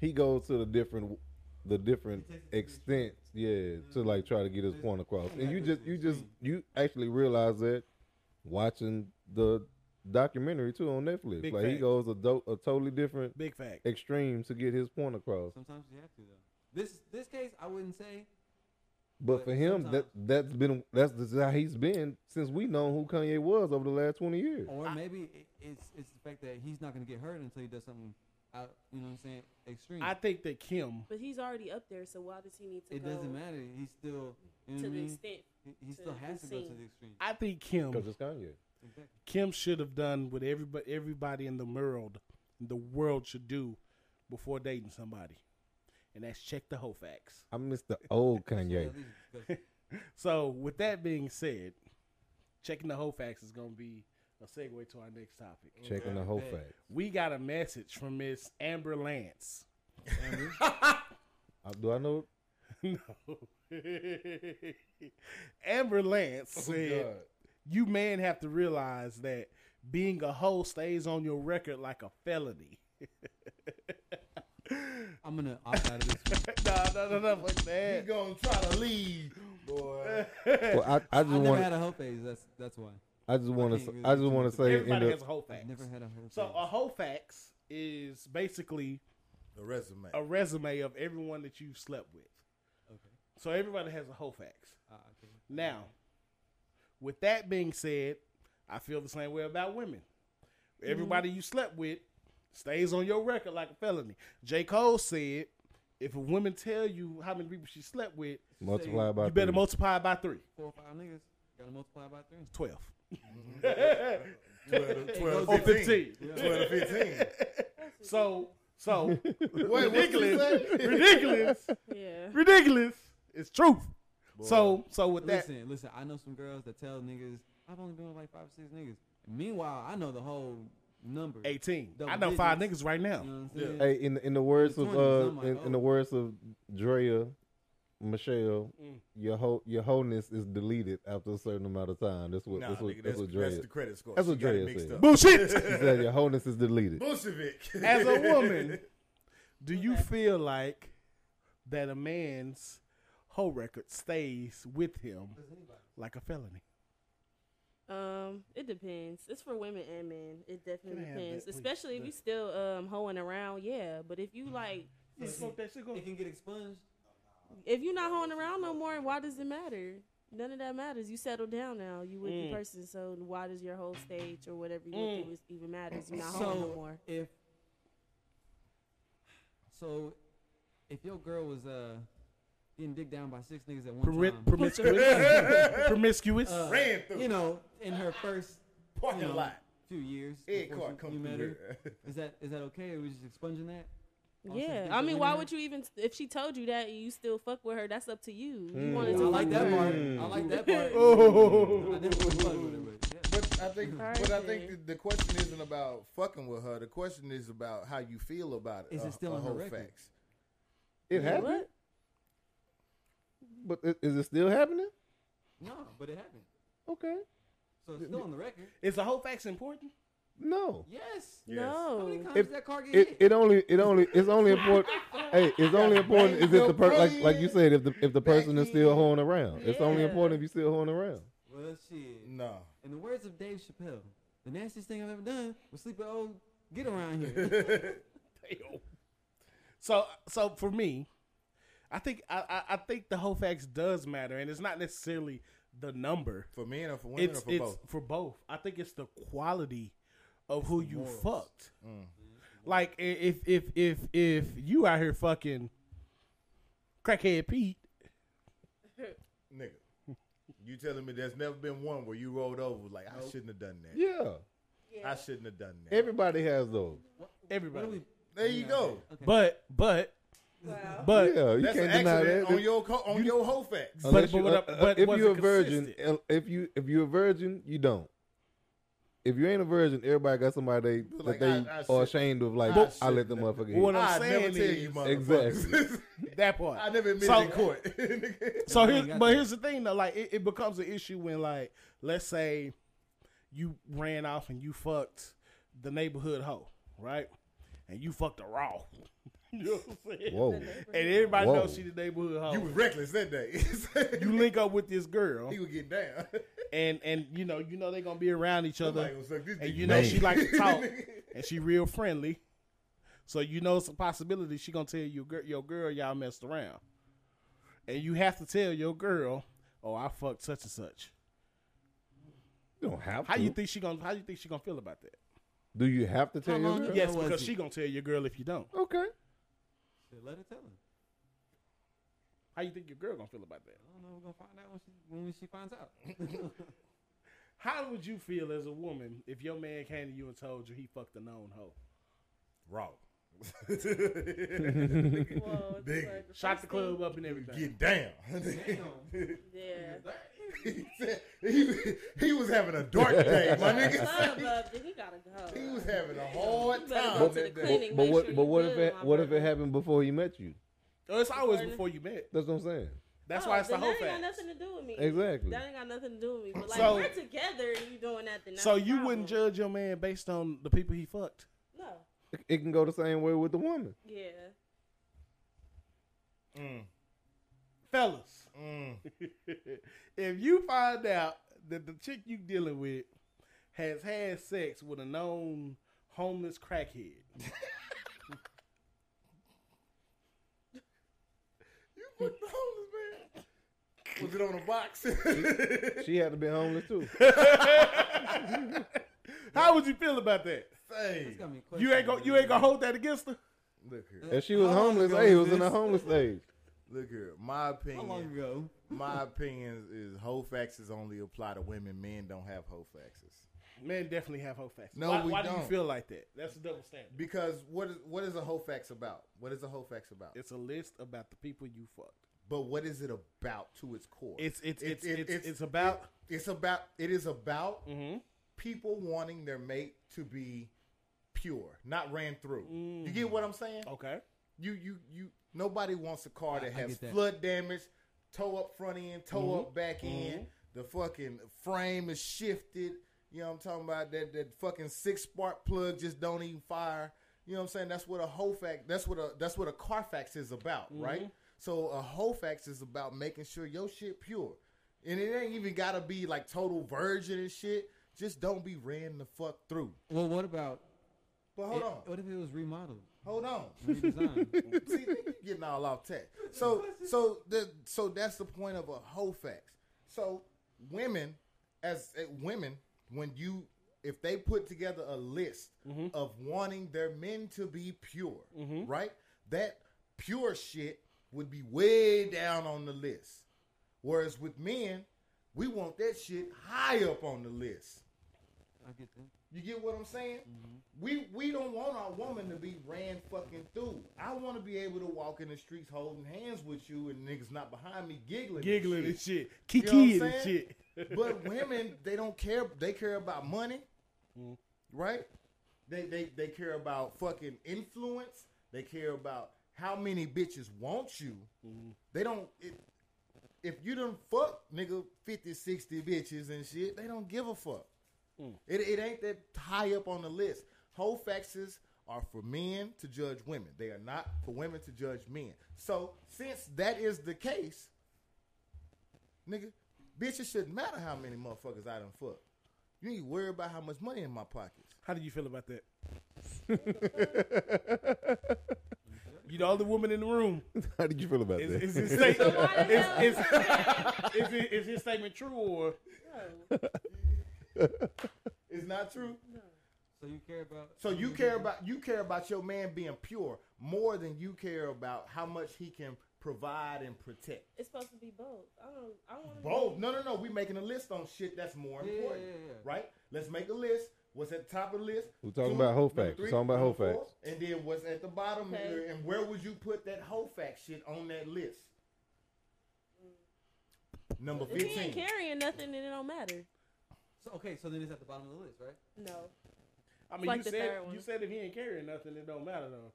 Speaker 3: He goes to the different, the different
Speaker 1: He takes it to the
Speaker 3: extent, yeah, to like try to get his
Speaker 1: There's-
Speaker 3: point across.
Speaker 1: yeah,
Speaker 3: And you
Speaker 1: there's
Speaker 3: just,
Speaker 1: an
Speaker 3: you just,
Speaker 1: extreme.
Speaker 3: you actually realize that watching the documentary too on Netflix.
Speaker 4: Big
Speaker 3: like he
Speaker 4: facts.
Speaker 3: goes a, do- a totally different
Speaker 4: big fact.
Speaker 3: extreme to get his point across.
Speaker 1: Sometimes you have to though. This this case, I wouldn't say.
Speaker 3: But
Speaker 1: But
Speaker 3: for him, that that's been that's just how he's been since we know who Kanye was over the last twenty years.
Speaker 1: Or maybe it, it's it's the fact that he's not gonna get hurt until he does something out. You know what I'm saying? Extreme.
Speaker 4: I think that Kim
Speaker 5: But he's already up there, so why does he need to
Speaker 1: it
Speaker 5: go
Speaker 1: doesn't matter. He's still. You know
Speaker 5: to
Speaker 1: what I
Speaker 5: the
Speaker 1: mean?
Speaker 5: extent?
Speaker 1: He, he
Speaker 5: to
Speaker 1: still has to go to
Speaker 5: insane.
Speaker 1: the extreme.
Speaker 4: I think Kim
Speaker 3: Because it's Kanye.
Speaker 1: Exactly.
Speaker 4: Kim should have done what everybody everybody in the world the world should do before dating somebody. And that's check the whole facts.
Speaker 3: I miss the old
Speaker 1: So
Speaker 3: Kanye.
Speaker 1: at least because-
Speaker 4: So with that being said, checking the whole facts is gonna be a segue to our next topic.
Speaker 3: Checking the whole
Speaker 1: Yeah.
Speaker 3: fact.
Speaker 4: We got a message from Miss Amber Lance.
Speaker 1: Amber,
Speaker 3: Uh, do I know?
Speaker 4: no. [LAUGHS] Amber Lance said you men have to realize that being a hoe stays on your record like a felony. [LAUGHS]
Speaker 1: I'm gonna opt out of this.
Speaker 4: [LAUGHS]
Speaker 1: One.
Speaker 4: no, no, no, no, fuck
Speaker 2: He
Speaker 4: that. [LAUGHS]
Speaker 2: gonna try to leave, boy.
Speaker 3: Well, I, I
Speaker 1: I
Speaker 3: just
Speaker 1: never
Speaker 3: want
Speaker 1: had
Speaker 3: to.
Speaker 1: a hoe phase. That's that's why.
Speaker 3: I just want
Speaker 1: can't
Speaker 3: to.
Speaker 1: really
Speaker 3: I
Speaker 1: do
Speaker 3: just want to
Speaker 1: nothing.
Speaker 3: say. In
Speaker 4: Everybody
Speaker 3: the,
Speaker 4: has a whole
Speaker 1: I've
Speaker 4: fax.
Speaker 1: never had a hoe.
Speaker 4: so uh-huh.
Speaker 1: phase.
Speaker 4: a whole fax is basically
Speaker 2: The resume.
Speaker 4: a resume of everyone that you've slept with.
Speaker 1: okay.
Speaker 4: So everybody has a whole fax.
Speaker 1: Ah, okay.
Speaker 4: Now, with that being said, I feel the same way about women.
Speaker 1: Mm-hmm.
Speaker 4: Everybody you slept with stays on your record like a felony. J. Cole said, if a woman tell you how many people she slept with,
Speaker 3: multiply by.
Speaker 4: you better
Speaker 3: three.
Speaker 4: multiply it by three.
Speaker 1: four or five niggas gotta multiply by three.
Speaker 4: Twelve.
Speaker 2: 12 to- 12 to
Speaker 4: Or fifteen.
Speaker 2: 12 to 15.
Speaker 4: So so
Speaker 2: Wait, what you
Speaker 4: ridiculous.
Speaker 2: say?
Speaker 4: ridiculous.
Speaker 5: [LAUGHS] Yeah.
Speaker 4: ridiculous. It's truth. So so with that,
Speaker 1: Listen, listen. I know some girls that tell niggas I've only been with like five or six niggas. Meanwhile, I know the whole number.
Speaker 4: eighteen.
Speaker 1: Double
Speaker 4: I know five
Speaker 1: digits.
Speaker 4: niggas right
Speaker 1: You
Speaker 4: now.
Speaker 1: know what I'm saying?
Speaker 3: Hey, in the, in the words of
Speaker 1: 20s, I'm
Speaker 3: uh,
Speaker 1: like,
Speaker 3: in, in the
Speaker 1: oh.
Speaker 3: words of Drea, Michelle,
Speaker 4: Mm.
Speaker 3: your whole your wholeness is deleted after a certain amount of time. That's what
Speaker 2: Nah,
Speaker 3: that's what
Speaker 2: nigga,
Speaker 3: that's
Speaker 2: that's,
Speaker 3: what
Speaker 2: that's
Speaker 3: Drea.
Speaker 2: the credit score.
Speaker 3: that's
Speaker 2: She
Speaker 3: what
Speaker 2: got it
Speaker 3: Drea
Speaker 2: mixed
Speaker 3: said.
Speaker 2: up.
Speaker 4: Bullshit.
Speaker 3: She said your wholeness
Speaker 2: [LAUGHS]
Speaker 3: is deleted.
Speaker 2: Bolshevik.
Speaker 4: As a woman, do you feel like that a man's whole record stays with him like a felony?
Speaker 5: Um, it depends. It's for women and men. It definitely
Speaker 4: Can I have
Speaker 5: depends.
Speaker 4: that, please?
Speaker 5: Especially if you still um hoeing around, yeah. But if you like
Speaker 1: smoke
Speaker 4: that shit.
Speaker 1: It can get expunged. Mm-hmm.
Speaker 5: if you're not hoeing around no more, why does it matter? None of that matters. You settled down now. You with
Speaker 4: Mm.
Speaker 5: the person, so why does your whole stage or whatever you went
Speaker 4: Mm.
Speaker 5: through is even matters? You're not hoeing no
Speaker 1: So
Speaker 5: more.
Speaker 1: if so, if your girl was uh getting digged down by six niggas at one time, [LAUGHS]
Speaker 4: promiscuous. promiscuous.
Speaker 1: uh,
Speaker 2: Ran through.
Speaker 1: you know, in her first
Speaker 2: Parking
Speaker 1: you know,
Speaker 2: lot.
Speaker 1: few years,
Speaker 2: Ed
Speaker 1: before
Speaker 2: car
Speaker 1: she-
Speaker 2: come
Speaker 1: you
Speaker 2: through
Speaker 1: met her,
Speaker 2: here. [LAUGHS]
Speaker 1: is that is that okay? Are we just expunging that? All six
Speaker 5: Yeah,
Speaker 1: niggas
Speaker 5: I
Speaker 1: that
Speaker 5: mean,
Speaker 1: went
Speaker 5: why
Speaker 1: in
Speaker 5: would
Speaker 1: there?
Speaker 5: you even? If she told you that, and you still fuck with her. That's up to you. You
Speaker 3: Mm.
Speaker 5: wanted
Speaker 1: I
Speaker 5: to
Speaker 1: like that part. I
Speaker 3: Mm.
Speaker 1: like
Speaker 2: [LAUGHS]
Speaker 1: that part.
Speaker 4: Oh.
Speaker 1: I never would fuck with her, but yeah.
Speaker 2: But I think,
Speaker 5: Alright,
Speaker 2: but I
Speaker 5: then.
Speaker 2: think the, the question isn't about fucking with her. The question is about how you feel about it.
Speaker 1: Is it still on her
Speaker 2: whole
Speaker 1: record?
Speaker 2: facts?
Speaker 3: It happened,
Speaker 5: What?
Speaker 3: but i- is it still happening?
Speaker 1: No, but it happened.
Speaker 3: Okay,
Speaker 1: So it's still on the record.
Speaker 4: Is the whole facts important?
Speaker 3: no.
Speaker 1: Yes.
Speaker 2: Yes.
Speaker 1: How many
Speaker 5: No.
Speaker 1: times
Speaker 3: If-
Speaker 1: did that car get
Speaker 3: It,
Speaker 1: hit?
Speaker 3: it only it only it's only important. hey, it's only important is if the per- like like you said if the if the person is still hoeing around. It's only
Speaker 5: Yeah.
Speaker 3: important if you still hoeing around.
Speaker 1: well, shit.
Speaker 2: No.
Speaker 1: In the words of Dave Chappelle, the nastiest thing I've ever done was sleep with old get around here.
Speaker 4: Damn. So so for me, I think I, I, I think the whole facts does matter, and it's not necessarily the number.
Speaker 2: For men or for women
Speaker 4: It's
Speaker 2: or for
Speaker 4: it's
Speaker 2: both?
Speaker 4: for both. I think it's the quality of who you
Speaker 1: morals.
Speaker 4: fucked.
Speaker 3: Mm.
Speaker 4: Like i- if if if if you out here fucking crackhead Pete,
Speaker 2: Nigga. You telling me there's never been one where you rolled over like I shouldn't have done that.
Speaker 3: Yeah,
Speaker 2: I shouldn't have done that.
Speaker 3: everybody has those.
Speaker 1: What do
Speaker 4: everybody.
Speaker 1: we?
Speaker 2: there you go.
Speaker 1: Okay.
Speaker 4: But but
Speaker 5: Wow.
Speaker 4: but
Speaker 3: yeah, you
Speaker 2: That's
Speaker 3: can't
Speaker 2: an
Speaker 3: deny that.
Speaker 2: accident on your co- on your whole facts.
Speaker 4: But-
Speaker 3: Unless
Speaker 4: but
Speaker 3: you-
Speaker 4: what I-
Speaker 3: uh, uh,
Speaker 4: but
Speaker 3: if
Speaker 4: was
Speaker 3: you're a
Speaker 4: it
Speaker 3: virgin,
Speaker 4: consistent?
Speaker 3: uh, if you if you're a virgin, you don't. If you ain't a virgin, everybody got somebody they,
Speaker 2: Like,
Speaker 3: that they
Speaker 2: I- I
Speaker 3: are
Speaker 2: should-
Speaker 3: ashamed of. Like "Oh,
Speaker 2: I
Speaker 3: I, let them
Speaker 2: should-
Speaker 3: motherfucker.
Speaker 4: Well,
Speaker 3: hit.
Speaker 4: what I'm
Speaker 2: I never
Speaker 4: saying
Speaker 2: tell
Speaker 4: is-
Speaker 2: you, motherfuckers.
Speaker 4: that part.
Speaker 2: [LAUGHS] I never admitted
Speaker 4: So-
Speaker 2: in court. [LAUGHS]
Speaker 4: So
Speaker 1: Nobody
Speaker 4: here's,
Speaker 1: got
Speaker 4: but
Speaker 1: that.
Speaker 4: here's the thing though, like it, it becomes an issue when like let's say you ran off and you fucked the neighborhood hoe, right? And you fucked a raw. [LAUGHS] you know what I'm saying?
Speaker 3: Whoa.
Speaker 4: And everybody
Speaker 3: Whoa.
Speaker 4: knows she the neighborhood hoe.
Speaker 2: You was reckless that day. [LAUGHS]
Speaker 4: [LAUGHS] you link up with this girl,
Speaker 2: he would get down.
Speaker 4: and and you know you know they gonna be around each
Speaker 2: Somebody
Speaker 4: other,
Speaker 2: gonna suck this
Speaker 4: and
Speaker 2: dick.
Speaker 4: you know she
Speaker 3: Man.
Speaker 4: like to talk,
Speaker 2: [LAUGHS]
Speaker 4: and she real friendly, so you know it's a possibility she gonna tell you gir- your girl y'all messed around, and you have to tell your girl, oh I fucked such and such.
Speaker 3: You don't have to.
Speaker 4: How you think she gonna How you think she gonna feel about that?
Speaker 3: Do you have to tell
Speaker 1: How
Speaker 3: your
Speaker 1: long
Speaker 3: girl?
Speaker 1: you-
Speaker 4: Yes,
Speaker 1: How was
Speaker 4: because
Speaker 1: it?
Speaker 4: she gonna tell your girl if you don't.
Speaker 3: Okay.
Speaker 1: Shit, let her tell him.
Speaker 4: How you think your girl gonna feel about that?
Speaker 1: I don't know. We're gonna find out when she, when she finds out.
Speaker 4: How would you feel as a woman if your man came to you and told you he fucked a known hoe?
Speaker 2: [LAUGHS] Raw.
Speaker 5: Well, it's
Speaker 2: Big.
Speaker 5: like the
Speaker 4: Shot
Speaker 5: first
Speaker 4: the club
Speaker 5: thing-
Speaker 4: up and everything.
Speaker 2: Get down.
Speaker 5: Yeah.
Speaker 2: he, said- he, he was having a dark day,
Speaker 5: [LAUGHS]
Speaker 2: my
Speaker 5: Club
Speaker 2: nigga.
Speaker 5: up, then he gotta go.
Speaker 2: He was having a hard
Speaker 5: You better
Speaker 2: time
Speaker 5: go to the
Speaker 2: that day.
Speaker 3: But,
Speaker 5: clinic. Make
Speaker 3: but
Speaker 5: sure
Speaker 3: what?
Speaker 5: you
Speaker 3: but what if
Speaker 5: good,
Speaker 3: it?
Speaker 5: my
Speaker 3: What if it
Speaker 5: brother.
Speaker 3: happened before he met you?
Speaker 4: Oh, it's always before you met.
Speaker 3: That's what I'm saying.
Speaker 4: That's
Speaker 5: Oh,
Speaker 4: why it's the
Speaker 5: then
Speaker 4: whole
Speaker 5: That ain't got
Speaker 4: fact.
Speaker 5: nothing to do with me.
Speaker 3: Exactly.
Speaker 5: That ain't got nothing to do with me. But like
Speaker 4: So-
Speaker 5: we're together and you doing that, then that's
Speaker 4: So
Speaker 5: a
Speaker 4: you wouldn't
Speaker 5: problem.
Speaker 4: judge your man based on the people he fucked.
Speaker 5: No.
Speaker 3: It, it can go the same way with the woman.
Speaker 5: Yeah.
Speaker 2: Mm,
Speaker 4: Fellas, [LAUGHS]
Speaker 2: mm.
Speaker 4: if you find out that the chick you dealing with has had sex with a known homeless [LAUGHS] crackhead,
Speaker 2: You put the homeless man. Was it on a [LAUGHS] box?
Speaker 3: She had to be homeless too.
Speaker 4: how would you feel about that?
Speaker 2: Say,
Speaker 1: It's gonna be
Speaker 4: You ain't gonna you ain't gonna hold that against her.
Speaker 2: look here,
Speaker 3: If she was
Speaker 1: How long
Speaker 3: homeless,
Speaker 1: ago
Speaker 3: hey, it
Speaker 1: was
Speaker 3: was in
Speaker 1: this?
Speaker 3: a homeless stage. [LAUGHS]
Speaker 2: look here. My
Speaker 1: How long
Speaker 2: opinion,
Speaker 1: ago?
Speaker 2: my opinion is whole faxes only apply to women. Men don't have whole faxes
Speaker 4: Men definitely have whole facts.
Speaker 2: No,
Speaker 4: why,
Speaker 2: we
Speaker 4: why do you
Speaker 2: don't.
Speaker 4: feel like that? That's a double standard.
Speaker 2: because what is what is a whole fax about? What is a whole fax about?
Speaker 4: It's a list about the people you fucked.
Speaker 2: but what is it about to its core?
Speaker 4: It's it's
Speaker 2: It-
Speaker 4: it's
Speaker 2: it-
Speaker 4: it's, it's, about
Speaker 2: it's about it is about
Speaker 4: Mhm.
Speaker 2: people wanting their mate to be pure, not ran through. You get what I'm saying?
Speaker 4: okay.
Speaker 2: You you you. Nobody wants a car that
Speaker 1: I
Speaker 2: has
Speaker 1: get that. Mm-hmm.
Speaker 2: flood damage, toe up front end, toe up back end. The fucking frame is shifted. You know what I'm talking about? That that fucking six spark plug just don't even fire. You know what I'm saying? That's what a Hofax. That's what a that's what a Carfax is about,
Speaker 1: Mm-hmm.
Speaker 2: right? So a Hofax is about making sure your shit pure, and it ain't even gotta be like total virgin and shit. Just don't be ran the fuck through.
Speaker 1: Well, what about?
Speaker 2: But hold
Speaker 1: it-
Speaker 2: on,
Speaker 1: What if it was remodeled,
Speaker 2: hold on. [LAUGHS]
Speaker 1: redesigned?
Speaker 2: See, you getting all off tech. So, so the so that's the point of a whole fax. So, women, as eh, women, when you if they put together a list of wanting their men to be pure, right? That pure shit would be way down on the list. Whereas with men, we want that shit high up on the list.
Speaker 1: I get that.
Speaker 2: You get what I'm saying?
Speaker 4: Mm-hmm.
Speaker 2: We we don't want our woman to be ran fucking through. I want to be able to walk in the streets holding hands with you and niggas not behind me giggling,
Speaker 4: Giggling and shit.
Speaker 2: You know
Speaker 4: Kiki
Speaker 2: what I'm
Speaker 4: and
Speaker 2: saying?
Speaker 4: shit.
Speaker 2: but women, they don't care. They care about money, right? They they they care about fucking influence. They care about how many bitches want you. They don't. It, if you done fuck nigga 50, 60 bitches and shit, they don't give a fuck. It, it ain't that high up on the list. Whole faxes are for men to judge women. They are not for women to judge men. So since that is the case, nigga, bitch, it shouldn't matter how many motherfuckers I done fuck. You ain't worried about how much money in my pockets.
Speaker 4: How do you feel about that? [LAUGHS] you the only woman in the room.
Speaker 3: How did you feel about
Speaker 4: Is, is,
Speaker 3: that?
Speaker 5: [LAUGHS]
Speaker 4: his
Speaker 5: So
Speaker 4: statement,
Speaker 5: why the hell?
Speaker 4: is, is, it- is his statement true or
Speaker 5: No.
Speaker 2: It's not true.
Speaker 1: So you care about?
Speaker 2: So you care about you care about your man being pure more than you care about how much he can provide and protect.
Speaker 5: It's supposed to be both. I don't. I want to
Speaker 2: Bold. No, no, no. We making a list on shit that's more
Speaker 1: Yeah,
Speaker 2: important,
Speaker 1: yeah, yeah.
Speaker 2: right? Let's make a list. What's at the top of the list?
Speaker 3: We're talking about whole
Speaker 2: number
Speaker 3: facts. We're talking
Speaker 2: number
Speaker 3: about whole
Speaker 2: four, And then what's at the bottom
Speaker 5: Okay.
Speaker 2: here? And where would you put that whole fact shit on that list? Number
Speaker 5: If he ain't
Speaker 2: fifteen.
Speaker 5: carrying nothing, then it don't matter.
Speaker 1: So okay, so then it's at the bottom of the list, right?
Speaker 5: No,
Speaker 4: I mean
Speaker 5: Like
Speaker 4: you
Speaker 5: the
Speaker 4: said
Speaker 5: third one.
Speaker 4: you said if he ain't carrying nothing, it don't matter though.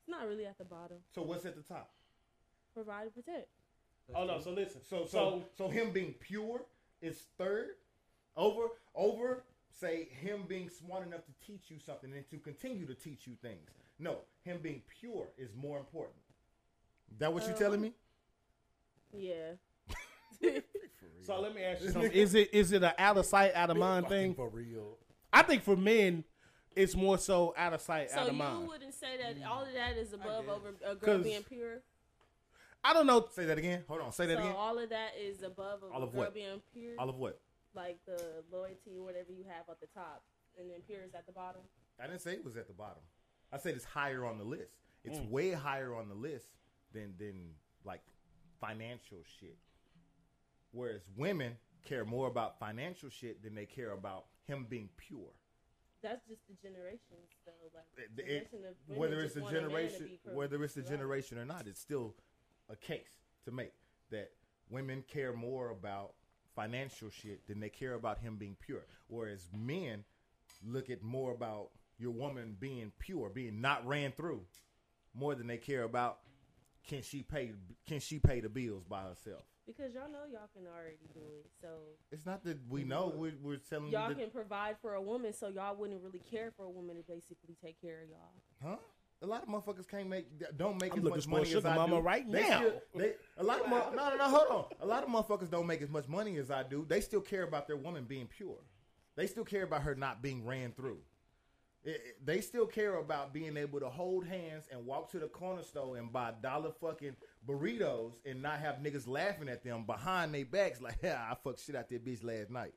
Speaker 5: it's not really at the bottom.
Speaker 2: So what's at the top?
Speaker 5: Provide and protect.
Speaker 1: That's
Speaker 4: Oh no,
Speaker 1: it.
Speaker 4: so listen.
Speaker 2: So so so him being pure is third over over say him being smart enough to teach you something and to continue to teach you things. No, him being pure is more important. That what you
Speaker 5: Um,
Speaker 2: telling me?
Speaker 5: Yeah.
Speaker 4: So let me
Speaker 2: [LAUGHS]
Speaker 4: ask you something: Is it is it an out of sight, out of mind
Speaker 6: Fucking
Speaker 4: thing?
Speaker 6: for real.
Speaker 4: I think for men, it's more so out of sight,
Speaker 5: So
Speaker 4: out
Speaker 5: you
Speaker 4: of mind.
Speaker 5: wouldn't say that
Speaker 2: Mm.
Speaker 5: all of that is above
Speaker 6: guess.
Speaker 5: over a girl
Speaker 4: 'Cause-
Speaker 5: being pure.
Speaker 4: I don't know.
Speaker 2: Say that again. Hold on. Say that
Speaker 5: so
Speaker 2: again.
Speaker 5: all of that is above a
Speaker 2: All of
Speaker 5: girl
Speaker 2: what?
Speaker 5: being pure,
Speaker 2: All of what?
Speaker 5: like the loyalty, whatever you have at the top, and then pure is at the bottom.
Speaker 2: I didn't say it was at the bottom. I said it's higher on the list. It's way higher on the list than than like financial shit. Whereas women care more about financial shit than they care about him being pure.
Speaker 5: That's just the generations, though. Like
Speaker 2: It-
Speaker 5: the
Speaker 2: it-
Speaker 5: generation of women
Speaker 2: whether
Speaker 5: just
Speaker 2: it's the
Speaker 5: want a man to
Speaker 2: generation
Speaker 5: be pure.
Speaker 2: whether it's the
Speaker 5: Right.
Speaker 2: generation or not, it's still a case to make that women care more about financial shit than they care about him being pure. Whereas men look at more about your woman being pure, being not ran through, more than they care about can she pay can she pay the bills by herself.
Speaker 5: because y'all know y'all can already do it, so
Speaker 2: It's not that we know we're, we're telling
Speaker 5: y'all
Speaker 2: you that,
Speaker 5: can provide for a woman, so y'all wouldn't really care for a woman to basically take care of y'all.
Speaker 2: Huh? A lot of motherfuckers can't make don't make
Speaker 4: I'm
Speaker 2: as
Speaker 4: looking
Speaker 2: much
Speaker 4: for a
Speaker 2: money as
Speaker 4: sugar
Speaker 2: I
Speaker 4: mama
Speaker 2: do.
Speaker 4: right
Speaker 2: They
Speaker 4: now.
Speaker 2: still- they, a lot of mo- no no no hold on. A lot of motherfuckers don't make as much money as I do. They still care about their woman being pure. They still care about her not being ran through. It- it- they still care about being able to hold hands and walk to the corner store and buy dollar fucking burritos and not have niggas laughing at them behind their backs like, [LAUGHS] yeah, I fucked shit out that bitch last night.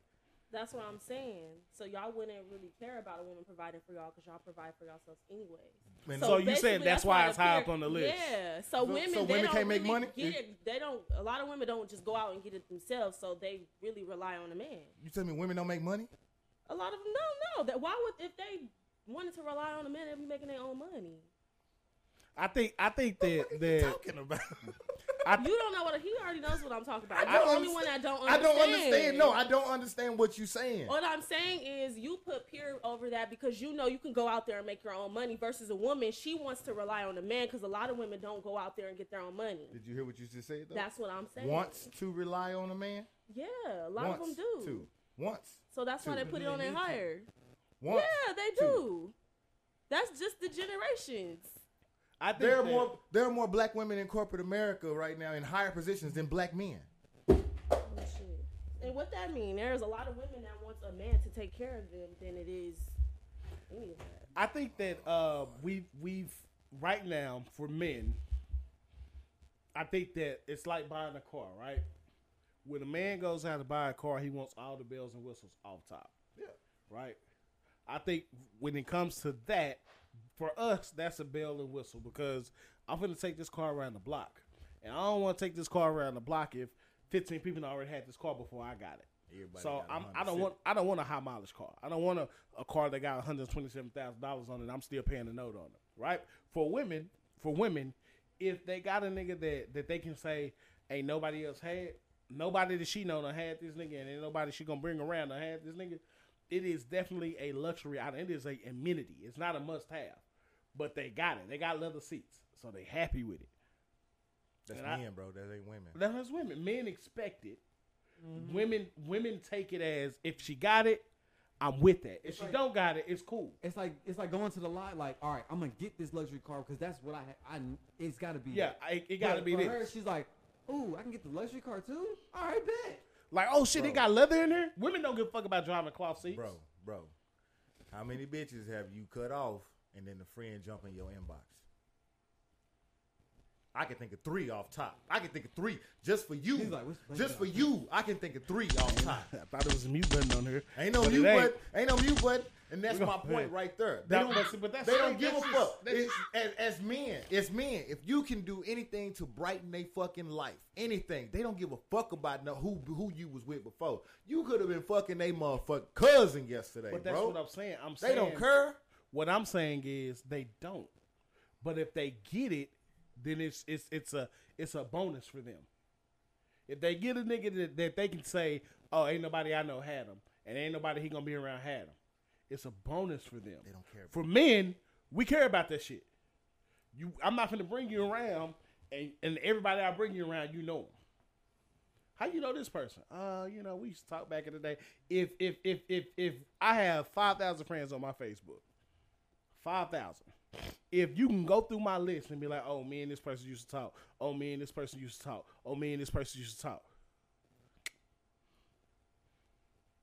Speaker 5: That's what I'm saying. So y'all wouldn't really care about a woman providing for y'all because y'all provide for yourselves anyways.
Speaker 2: Man,
Speaker 4: So you
Speaker 5: basically,
Speaker 4: saying that's why
Speaker 5: the
Speaker 4: it's high
Speaker 5: peer-
Speaker 4: up on the list.
Speaker 5: Yeah. So, women,
Speaker 2: so
Speaker 5: they
Speaker 2: women
Speaker 5: don't
Speaker 2: can't make
Speaker 5: really
Speaker 2: money?
Speaker 5: Get it, they don't. A lot of women don't just go out and get it themselves. So they really rely on a man.
Speaker 2: You tell me women don't make money?
Speaker 5: A lot of them no, no. That why would if they wanted to rely on a man, they'd be making their own money.
Speaker 4: I think I think that
Speaker 2: What are you
Speaker 4: that
Speaker 2: talking about? [LAUGHS]
Speaker 5: You don't know what he already knows what I'm talking about.
Speaker 2: I
Speaker 5: You're the
Speaker 2: don't
Speaker 5: only one
Speaker 2: understand-
Speaker 5: that don't.
Speaker 2: I
Speaker 5: Understand.
Speaker 2: don't understand. No, I don't understand what you're saying.
Speaker 5: [LAUGHS] What I'm saying is, you put peer over that because you know you can go out there and make your own money. Versus a woman, she wants to rely on a man because a lot of women don't go out there and get their own money.
Speaker 2: Did you hear what you just said though?
Speaker 5: That's what I'm saying.
Speaker 2: wants to rely on a man.
Speaker 5: Yeah, a lot of them
Speaker 2: Wants
Speaker 5: do.
Speaker 2: To. Wants.
Speaker 5: So that's why
Speaker 2: Two.
Speaker 5: they put it on their higher.
Speaker 2: Wants.
Speaker 5: yeah,
Speaker 2: Two.
Speaker 5: they do. That's just the generations.
Speaker 4: I think
Speaker 2: There are
Speaker 4: that-
Speaker 2: more there are more black women in corporate America right now in higher positions than black men.
Speaker 5: Oh, shit. And what that mean? There's a lot of women that wants a man to take care of them than it is any of that.
Speaker 4: I think that uh, we we've right now for men. I think that it's like buying a car, right? When a man goes out to buy a car, he wants all the bells and whistles off top. Yeah. Right. I think when it comes to that, for us, that's a bell and whistle because I'm gonna take this car around the block, and I don't want to take this car around the block if 15 people done already had this car before I got it
Speaker 2: Everybody
Speaker 4: so
Speaker 2: got a
Speaker 4: I'm, I
Speaker 2: Honda
Speaker 4: don't
Speaker 2: Civic.
Speaker 4: want I don't want a high mileage car. I don't want a, a car that got one hundred twenty seven thousand dollars on it. I'm still paying a note on it, right? For women, for women, if they got a nigga that that they can say ain't nobody else had, nobody that she know done had this nigga, and ain't nobody she gonna bring around done had this nigga. It is definitely a luxury item. It is a amenity. It's not a must have, but they got it. They got leather seats, so they happy with it.
Speaker 2: That's
Speaker 4: and I-
Speaker 2: men, bro. That ain't women.
Speaker 4: Now that's women. Men expect it. Women women take it as if she got it, I'm with that. If she don't got it, it's cool.
Speaker 1: It's like it's like going to the lot. Like, all right, I'm gonna get this luxury car because that's what I. Ha- I it's gotta be.
Speaker 4: Yeah,
Speaker 1: it.
Speaker 4: I, it gotta
Speaker 1: But
Speaker 4: be
Speaker 1: for
Speaker 4: this.
Speaker 1: Her, she's like, ooh, I can get the luxury car too. All right,
Speaker 3: [LAUGHS]
Speaker 1: bet.
Speaker 4: Like, oh shit, it got leather in there. Women don't give a fuck about driving cloth seats.
Speaker 2: Bro, bro. How many bitches have you cut off and then the friend jump in your inbox? I can think of three off top. I can think of three just for you.
Speaker 1: He's like, "Which place
Speaker 2: just
Speaker 1: did
Speaker 2: for
Speaker 1: I
Speaker 2: you. I can think of three off top.
Speaker 4: I thought it was a mute button on her.
Speaker 2: Ain't no
Speaker 4: But it
Speaker 2: mute
Speaker 4: ain't.
Speaker 2: button. Ain't no mute button. And that's
Speaker 4: We
Speaker 2: my
Speaker 4: gonna-
Speaker 2: point right there. They
Speaker 4: That-
Speaker 2: don't,
Speaker 4: but see, but that's-
Speaker 2: they don't give
Speaker 4: that's
Speaker 2: a
Speaker 4: just-
Speaker 2: fuck.
Speaker 4: that's
Speaker 2: It's- as, as men, as men, if you can do anything to brighten their fucking life, anything, they don't give a fuck about no, who who you was with before. You could have been fucking they motherfucking cousin yesterday,
Speaker 4: But that's
Speaker 2: bro.
Speaker 4: what I'm saying. I'm
Speaker 2: they
Speaker 4: saying
Speaker 2: don't care.
Speaker 4: What I'm saying is they don't. But if they get it, then it's it's it's a it's a bonus for them. If they get a nigga that, that they can say, "Oh, ain't nobody I know had him," and ain't nobody he gonna be around had him, it's a bonus for them. They
Speaker 2: don't care about
Speaker 4: For men, we care about that shit. You, I'm not gonna bring you around, and and everybody I bring you around, you know 'em. How you know this person? Uh, you know, we used to talk back in the day. If if if if if I have five thousand friends on my Facebook, five thousand. If you can go through my list and be like, oh, me and this person used to talk. Oh, me and this person used to talk. Oh, me and this person used to talk.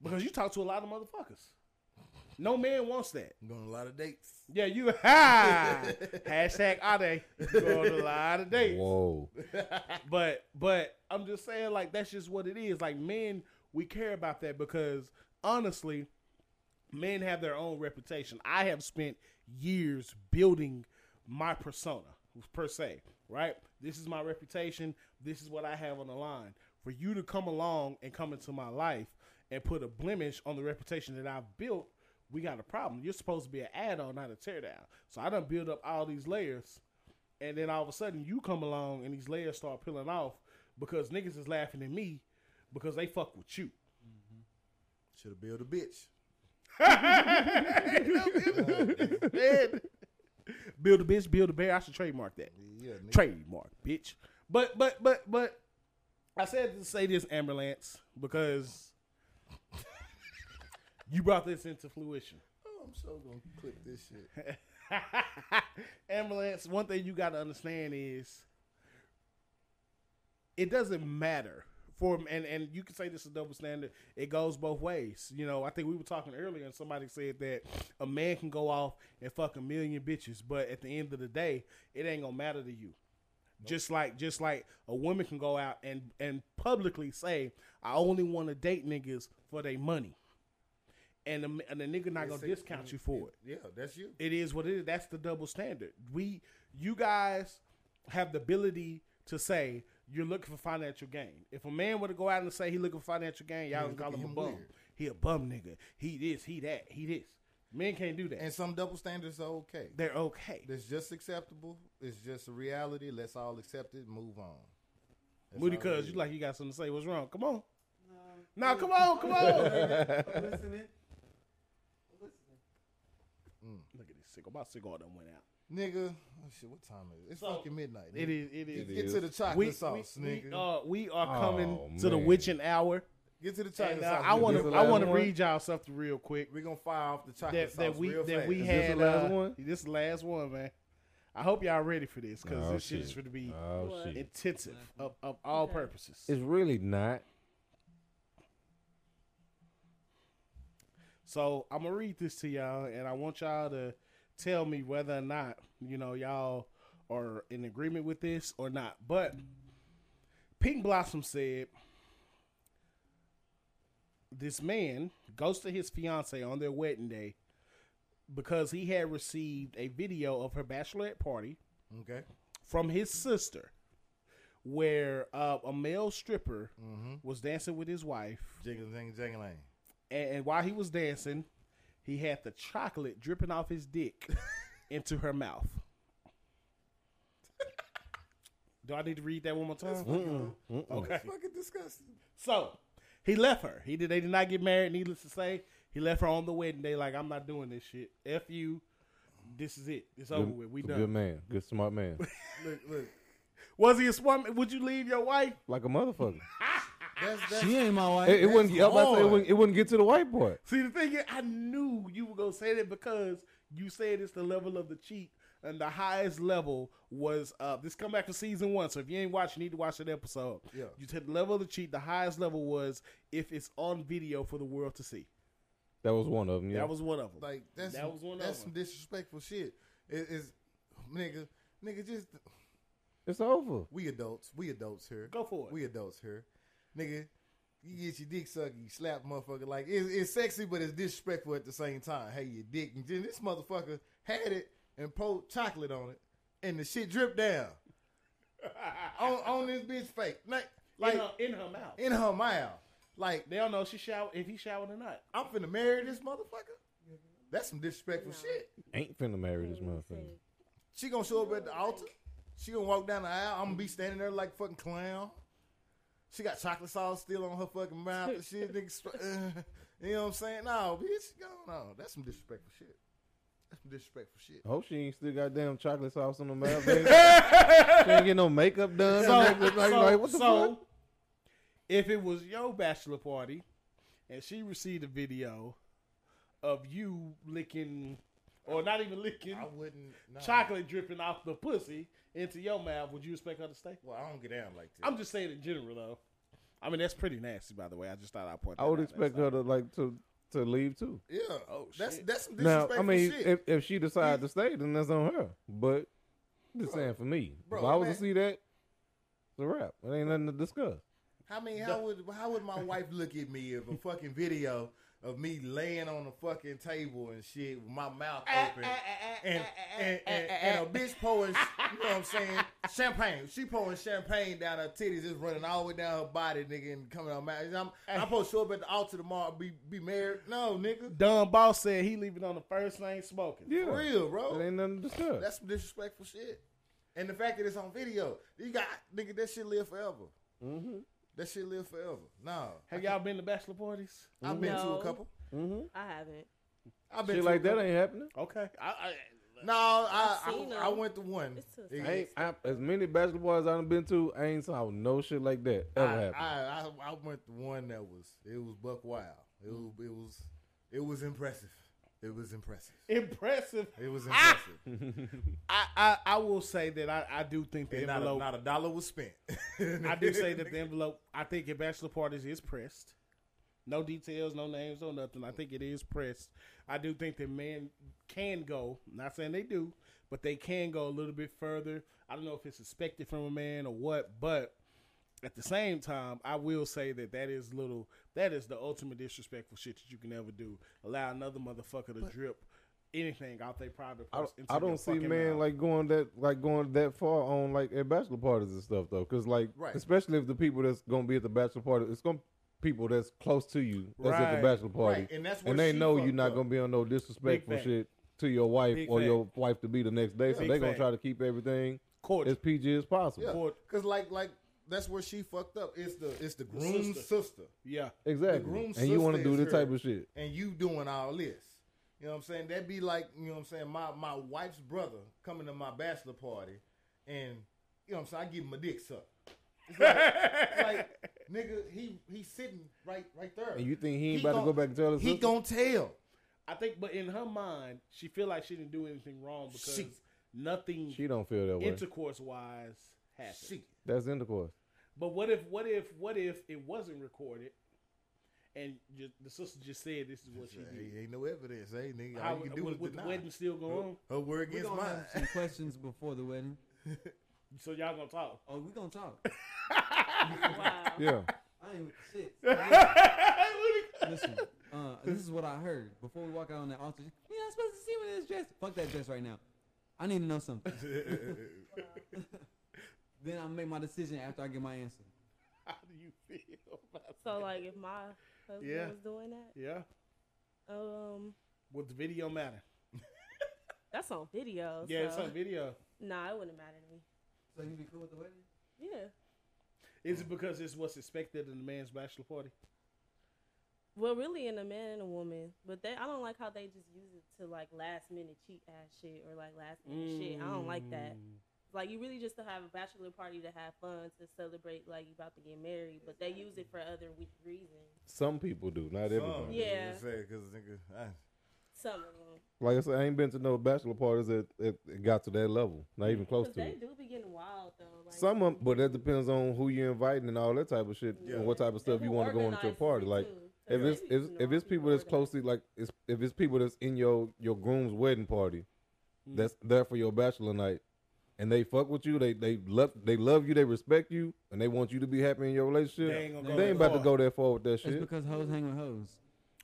Speaker 4: Because you talk to a lot of motherfuckers. No man wants that.
Speaker 2: I'm going on a lot of dates.
Speaker 4: Yeah, you [LAUGHS] ha hashtag Ade. You go on a lot of dates.
Speaker 3: Whoa.
Speaker 4: But but I'm just saying like that's just what it is. Like men, we care about that because honestly, men have their own reputation. I have spent years building my persona per se, right? This is my reputation. This is what I have on the line. For you to come along and come into my life and put a blemish on the reputation that I've built, we got a problem. You're supposed to be an add-on, not a teardown. So I done build up all these layers and then all of a sudden you come along and these layers start peeling off because niggas is laughing at me because they fuck with you.
Speaker 2: Should have built a bitch.
Speaker 4: Man. [LAUGHS] Build a bitch, build a bear. I should trademark that.
Speaker 2: Yeah, nigga.
Speaker 4: Trademark, bitch. But but but but I said to say this, Amber Lance, because [LAUGHS] you brought this into fruition.
Speaker 2: Oh, I'm so gonna click this shit.
Speaker 4: [LAUGHS] ambulance. One thing you got to understand is it doesn't matter for and and you can say this is double standard. It goes both ways. You know, I think we were talking earlier and somebody said that a man can go off and fuck a million bitches, but at the end of the day, it ain't gonna matter to you. Just like just like a woman can go out and and publicly say, "I only want to date niggas for their money," and the, and the nigga not gonna discount you for it
Speaker 2: Yeah, that's you.
Speaker 4: it is what it is. That's the double standard. We, you guys, have the ability to say you're looking for financial gain. If a man were to go out and say he looking for financial gain, y'all would
Speaker 2: look
Speaker 4: call
Speaker 2: at
Speaker 4: him a
Speaker 2: him
Speaker 4: bum.
Speaker 2: weird.
Speaker 4: He a bum nigga. He this. He that. He this. Men can't do that.
Speaker 2: And some double standards are okay.
Speaker 4: They're okay.
Speaker 2: That's just acceptable. It's just a reality. Let's all accept it. Move on. That's
Speaker 4: Moody,
Speaker 2: all it
Speaker 4: cuz
Speaker 2: is.
Speaker 4: you like you got something to say. What's wrong? Come on. Nah, come
Speaker 2: [LAUGHS]
Speaker 4: on, come on.
Speaker 1: I'm listening. I'm listening.
Speaker 4: Look at this cigar. My cigar done went out.
Speaker 2: nigga. Oh shit, what time is it? It's
Speaker 4: So,
Speaker 2: fucking midnight.
Speaker 4: It
Speaker 2: nigga.
Speaker 4: is. It is.
Speaker 3: It
Speaker 2: Get
Speaker 3: is.
Speaker 2: to the chocolate
Speaker 4: We,
Speaker 2: sauce,
Speaker 4: we,
Speaker 2: nigga.
Speaker 4: we, uh, we are coming
Speaker 3: Oh,
Speaker 4: to the
Speaker 3: man.
Speaker 4: witching hour.
Speaker 2: Get to the chocolate
Speaker 4: And, uh,
Speaker 2: sauce.
Speaker 4: I
Speaker 2: nigga.
Speaker 4: want
Speaker 3: This
Speaker 4: to.
Speaker 3: the
Speaker 4: I
Speaker 3: last
Speaker 4: want to
Speaker 3: one?
Speaker 4: read y'all something real quick.
Speaker 2: We're gonna fire off the chocolate
Speaker 4: that,
Speaker 2: sauce
Speaker 4: that we
Speaker 2: real
Speaker 4: that
Speaker 2: fast.
Speaker 4: we
Speaker 3: Is
Speaker 4: had
Speaker 3: this the last
Speaker 4: uh,
Speaker 3: one?
Speaker 4: This the last one, man. I hope y'all ready for this because
Speaker 3: Oh,
Speaker 4: this shit, is
Speaker 3: shit.
Speaker 4: going to be
Speaker 3: Oh,
Speaker 5: What?
Speaker 3: shit.
Speaker 4: intensive of, of all
Speaker 5: Okay.
Speaker 4: purposes.
Speaker 3: It's really not.
Speaker 4: so I'm gonna read this to y'all, and I want y'all to tell me whether or not you know y'all are in agreement with this or not. But Pink Blossom said this man goes to his fiance on their wedding day because he had received a video of her bachelorette party
Speaker 2: Okay.
Speaker 4: from his sister, where uh, a male stripper was dancing with his wife,
Speaker 2: Jiggling, jingling, jingling.
Speaker 4: and, and while he was dancing, he had the chocolate dripping off his dick into her mouth. Do I need to read that one more time? Okay.
Speaker 2: Fucking disgusting.
Speaker 4: So he left her. He did. They did not get married. Needless to say, he left her on the wedding day. Like I'm not doing this shit. F you. This is it. It's over with. We
Speaker 3: It's a Good
Speaker 4: done.
Speaker 3: man. Good smart
Speaker 4: [LAUGHS]
Speaker 3: man.
Speaker 2: Look, look.
Speaker 4: Was he a swim? Would you leave your wife?
Speaker 3: Like a
Speaker 4: [LAUGHS]
Speaker 3: motherfucker.
Speaker 2: That's that's
Speaker 1: She ain't my wife.
Speaker 3: it, it wouldn't. I was about to say, it
Speaker 2: hard.
Speaker 3: wouldn't. It wouldn't get to the white boy.
Speaker 4: See, the thing is, I knew you were gonna say that because you said it's the level of the cheat, and the highest level was uh this come back to season one. So if you ain't watched, you need to watch that episode.
Speaker 2: Yeah.
Speaker 4: You said the level of the cheat, the highest level was if it's on video for the world to see.
Speaker 3: That was one of them. Yeah.
Speaker 4: That was one of them.
Speaker 2: like that's
Speaker 4: That was one of
Speaker 2: that's
Speaker 4: them.
Speaker 2: some disrespectful shit. It is nigga, nigga just
Speaker 3: It's over.
Speaker 2: we adults, we adults here.
Speaker 4: Go for it.
Speaker 2: We adults here. Nigga, you get your dick sucked, you slap motherfucker. Like, it's, it's sexy, but it's disrespectful at the same time. Hey, your dick. And then this motherfucker had it and poured chocolate on it, and the shit dripped
Speaker 4: [LAUGHS]
Speaker 2: down on, on this bitch face. Like, like
Speaker 4: in, her, in her mouth.
Speaker 2: in her mouth. Like,
Speaker 4: they don't know she showered if he showered or not.
Speaker 2: I'm finna marry this motherfucker? That's some disrespectful
Speaker 5: No.
Speaker 2: shit.
Speaker 3: Ain't finna marry this motherfucker.
Speaker 2: She gonna show up at the altar. She gonna walk down the aisle. I'm gonna be standing there like a fucking clown. She got chocolate sauce still on her fucking mouth and shit. Nigga, sp- [LAUGHS]
Speaker 4: [LAUGHS]
Speaker 2: uh, you know what I'm saying? No, bitch, go no. That's some disrespectful shit. That's some disrespectful shit.
Speaker 3: Hope she ain't still got damn chocolate sauce
Speaker 4: [LAUGHS]
Speaker 3: on her mouth. nigga. she ain't get no makeup done.
Speaker 4: So,
Speaker 3: Like, like,
Speaker 4: so,
Speaker 3: like, what the
Speaker 4: so
Speaker 3: fuck?
Speaker 4: If it was your bachelor party and she received a video of you licking or not even licking
Speaker 2: I wouldn't. Nah.
Speaker 4: chocolate dripping off the pussy into your mouth, would you expect her to stay?
Speaker 2: Well, I don't get down like that.
Speaker 4: I'm just saying in general though. I mean that's pretty nasty by the way. I just thought I'd point that
Speaker 3: I would
Speaker 4: out. That's
Speaker 3: expect her to like to to leave too.
Speaker 2: yeah.
Speaker 4: Oh,
Speaker 2: that's
Speaker 4: shit.
Speaker 2: that's some
Speaker 3: Now,
Speaker 2: disrespectful
Speaker 3: I mean,
Speaker 2: shit.
Speaker 3: if, if she decides to stay, then that's on her. But I'm just saying for me,
Speaker 2: Bro,
Speaker 3: if I was
Speaker 2: man.
Speaker 3: to see that, it's a wrap. It ain't nothing to discuss.
Speaker 2: I mean, how would how would my wife look at me if a fucking video of me laying on the fucking table and shit with my mouth
Speaker 3: Eh,
Speaker 2: open and and, and, and a bitch pouring,
Speaker 3: [LAUGHS]
Speaker 2: you know what I'm saying, champagne. She pouring champagne down her titties, just running all the way down her body, nigga, and coming out. mad. I'm
Speaker 3: Eh.
Speaker 2: I'm supposed to show up at the altar tomorrow, and be be married. No, nigga,
Speaker 4: Dumb boss said he leaving on the first thing smoking.
Speaker 3: Yeah,
Speaker 2: for real,
Speaker 3: it
Speaker 2: bro.
Speaker 3: ain't nothing to discuss.
Speaker 2: That's some disrespectful shit. And the fact that it's on video, you got nigga, that shit live forever.
Speaker 3: mm-hmm.
Speaker 2: That shit live forever. No,
Speaker 4: Have y'all been to bachelor parties?
Speaker 2: I've been to a
Speaker 5: No.
Speaker 2: couple.
Speaker 3: Mm-hmm.
Speaker 5: I
Speaker 2: [LAUGHS]
Speaker 5: haven't.
Speaker 2: I've been
Speaker 3: Shit
Speaker 2: to a
Speaker 3: like that
Speaker 2: couple.
Speaker 3: ain't happening.
Speaker 4: Okay. I, I
Speaker 2: No, I
Speaker 5: I've seen
Speaker 2: I,
Speaker 5: 'em.
Speaker 2: I went to one.
Speaker 5: It's a-
Speaker 2: It-
Speaker 3: I ain't, I, as many bachelor parties I've been to, I ain't saw no shit like that
Speaker 2: I,
Speaker 3: ever happen.
Speaker 2: I, I I went to one that was it was buck wild. It was it was it was impressive. It was impressive.
Speaker 4: impressive.
Speaker 2: It was
Speaker 4: Ah!
Speaker 2: impressive.
Speaker 4: [LAUGHS] I, I, I will say that I, I do think the
Speaker 2: and not a,
Speaker 4: envelope
Speaker 2: not a dollar was spent.
Speaker 4: I do say
Speaker 2: [LAUGHS]
Speaker 4: that the envelope I think at bachelor parties is pressed. No details, no names, no nothing. I think it is pressed. I do think that men can go, not saying they do, but they can go a little bit further. I don't know if it's expected from a man or what, but at the same time, I will say that that is little. That is the ultimate disrespectful shit that you can ever do. Allow another motherfucker to drip anything out their private
Speaker 3: I,
Speaker 4: parts
Speaker 3: don't-
Speaker 4: into
Speaker 3: I
Speaker 4: your
Speaker 3: don't see
Speaker 4: fucking
Speaker 3: man
Speaker 2: uh,
Speaker 4: mouth.
Speaker 3: like going that like going that far on like at bachelor parties and stuff though, because like
Speaker 2: Right.
Speaker 3: especially if the people that's gonna be at the bachelor party, it's gonna people that's close to you that's at
Speaker 4: Right.
Speaker 3: the bachelor party,
Speaker 2: Right, and that's where
Speaker 3: and they
Speaker 2: she
Speaker 3: know you're
Speaker 2: fucked
Speaker 3: not
Speaker 2: up.
Speaker 3: gonna be on no disrespectful
Speaker 4: fact.
Speaker 3: shit to your wife
Speaker 4: Big
Speaker 3: or
Speaker 4: fact.
Speaker 3: your wife to be the next day, so
Speaker 4: Big
Speaker 3: they gonna
Speaker 4: fact.
Speaker 3: try to keep everything
Speaker 4: Cordial.
Speaker 3: as PG as possible.
Speaker 2: yeah,
Speaker 4: Court.
Speaker 2: because like like that's where she fucked up. It's the it's the groom's
Speaker 4: sister.
Speaker 2: sister.
Speaker 4: Yeah.
Speaker 2: groom
Speaker 3: Exactly, and you
Speaker 2: sister
Speaker 3: want to do
Speaker 2: is
Speaker 3: this
Speaker 2: her.
Speaker 3: type of shit.
Speaker 2: and you doing all this. You know what I'm saying? That'd be like you know what I'm saying. My my wife's brother coming to my bachelor party, and you know what I'm saying. I give him a dick suck. It's like, it's
Speaker 4: [LAUGHS]
Speaker 2: like, nigga, he he's sitting right right there.
Speaker 3: And you think he ain't about to go back and tell his
Speaker 2: He
Speaker 3: sister?
Speaker 2: gonna tell.
Speaker 4: I think, but in her mind, she feel like she didn't do anything wrong because
Speaker 2: She-
Speaker 4: nothing
Speaker 3: She don't feel that way.
Speaker 4: intercourse wise happened.
Speaker 2: Shit. [LAUGHS]
Speaker 3: that's intercourse.
Speaker 4: But what if, what if, what if it wasn't recorded, and ju- the sister just said this is what she did?
Speaker 2: Ain't no evidence. Hey, nigga,
Speaker 4: How
Speaker 2: all you can do
Speaker 4: would,
Speaker 2: is
Speaker 4: would the
Speaker 2: deny.
Speaker 4: wedding still go on?
Speaker 2: Her word
Speaker 1: We're
Speaker 2: against
Speaker 1: gonna
Speaker 2: mine.
Speaker 1: have
Speaker 2: [LAUGHS]
Speaker 1: some questions before the wedding.
Speaker 4: So y'all gonna talk?
Speaker 1: Oh, we gonna talk.
Speaker 5: Wow.
Speaker 3: Yeah,
Speaker 1: I ain't with the
Speaker 4: [LAUGHS]
Speaker 1: shit. Listen,
Speaker 4: Listen,
Speaker 1: uh, this is what I heard before we walk out on that altar. You're not supposed to see me in this dress. Fuck that dress right now. I need to know
Speaker 4: [LAUGHS]
Speaker 1: something. then I'll make my decision after I get my answer.
Speaker 4: how do you feel? About
Speaker 5: [LAUGHS] So
Speaker 4: that?
Speaker 5: like, if my husband
Speaker 4: Yeah.
Speaker 5: was doing that,
Speaker 4: yeah,
Speaker 5: um,
Speaker 4: would the video matter?
Speaker 5: that's on video.
Speaker 4: Yeah, it's
Speaker 5: so.
Speaker 4: on video.
Speaker 5: Nah, it wouldn't matter to me.
Speaker 1: So you be cool with the wedding?
Speaker 5: Yeah.
Speaker 4: Is it because it's what's expected in the man's bachelor party?
Speaker 5: Well, really, in a man and a woman, but they, I don't like how they just use it to like last minute cheat ass shit or like last minute shit. I don't like that.
Speaker 4: Mm.
Speaker 5: Like, you really just to have a bachelor party to have fun to celebrate like you about to get married, but they use it for other weak reasons.
Speaker 3: some people do, not everybody.
Speaker 5: Yeah.
Speaker 2: Because nigga, I,
Speaker 5: Some of them,
Speaker 3: Like I said, I ain't been to no bachelor parties that, that that got to that level, not even close
Speaker 5: 'Cause
Speaker 3: to
Speaker 5: they
Speaker 3: it.
Speaker 5: do be getting wild though. Like,
Speaker 3: Some of, but that depends on who you're inviting and all that type of shit,
Speaker 2: Yeah.
Speaker 3: and what type of stuff
Speaker 5: Who
Speaker 3: you want to go into a
Speaker 5: organizes
Speaker 3: party.
Speaker 5: it,
Speaker 3: Like
Speaker 5: too.
Speaker 3: if
Speaker 5: They
Speaker 3: it's
Speaker 5: be
Speaker 3: if,
Speaker 5: using
Speaker 3: if
Speaker 5: all
Speaker 3: it's
Speaker 5: people
Speaker 3: people that's
Speaker 5: organized.
Speaker 3: closely like it's, if it's people that's in your your groom's wedding party,
Speaker 4: Hmm.
Speaker 3: that's there for your bachelor night, and they fuck with you, they they love they love you, they respect you, and they want you to be happy in your relationship.
Speaker 4: They ain't gonna
Speaker 1: They
Speaker 4: go
Speaker 3: Mm. They
Speaker 4: that
Speaker 3: ain't about to
Speaker 4: far.
Speaker 3: go that far with that
Speaker 1: It's
Speaker 3: shit.
Speaker 1: because hoes hang with hoes.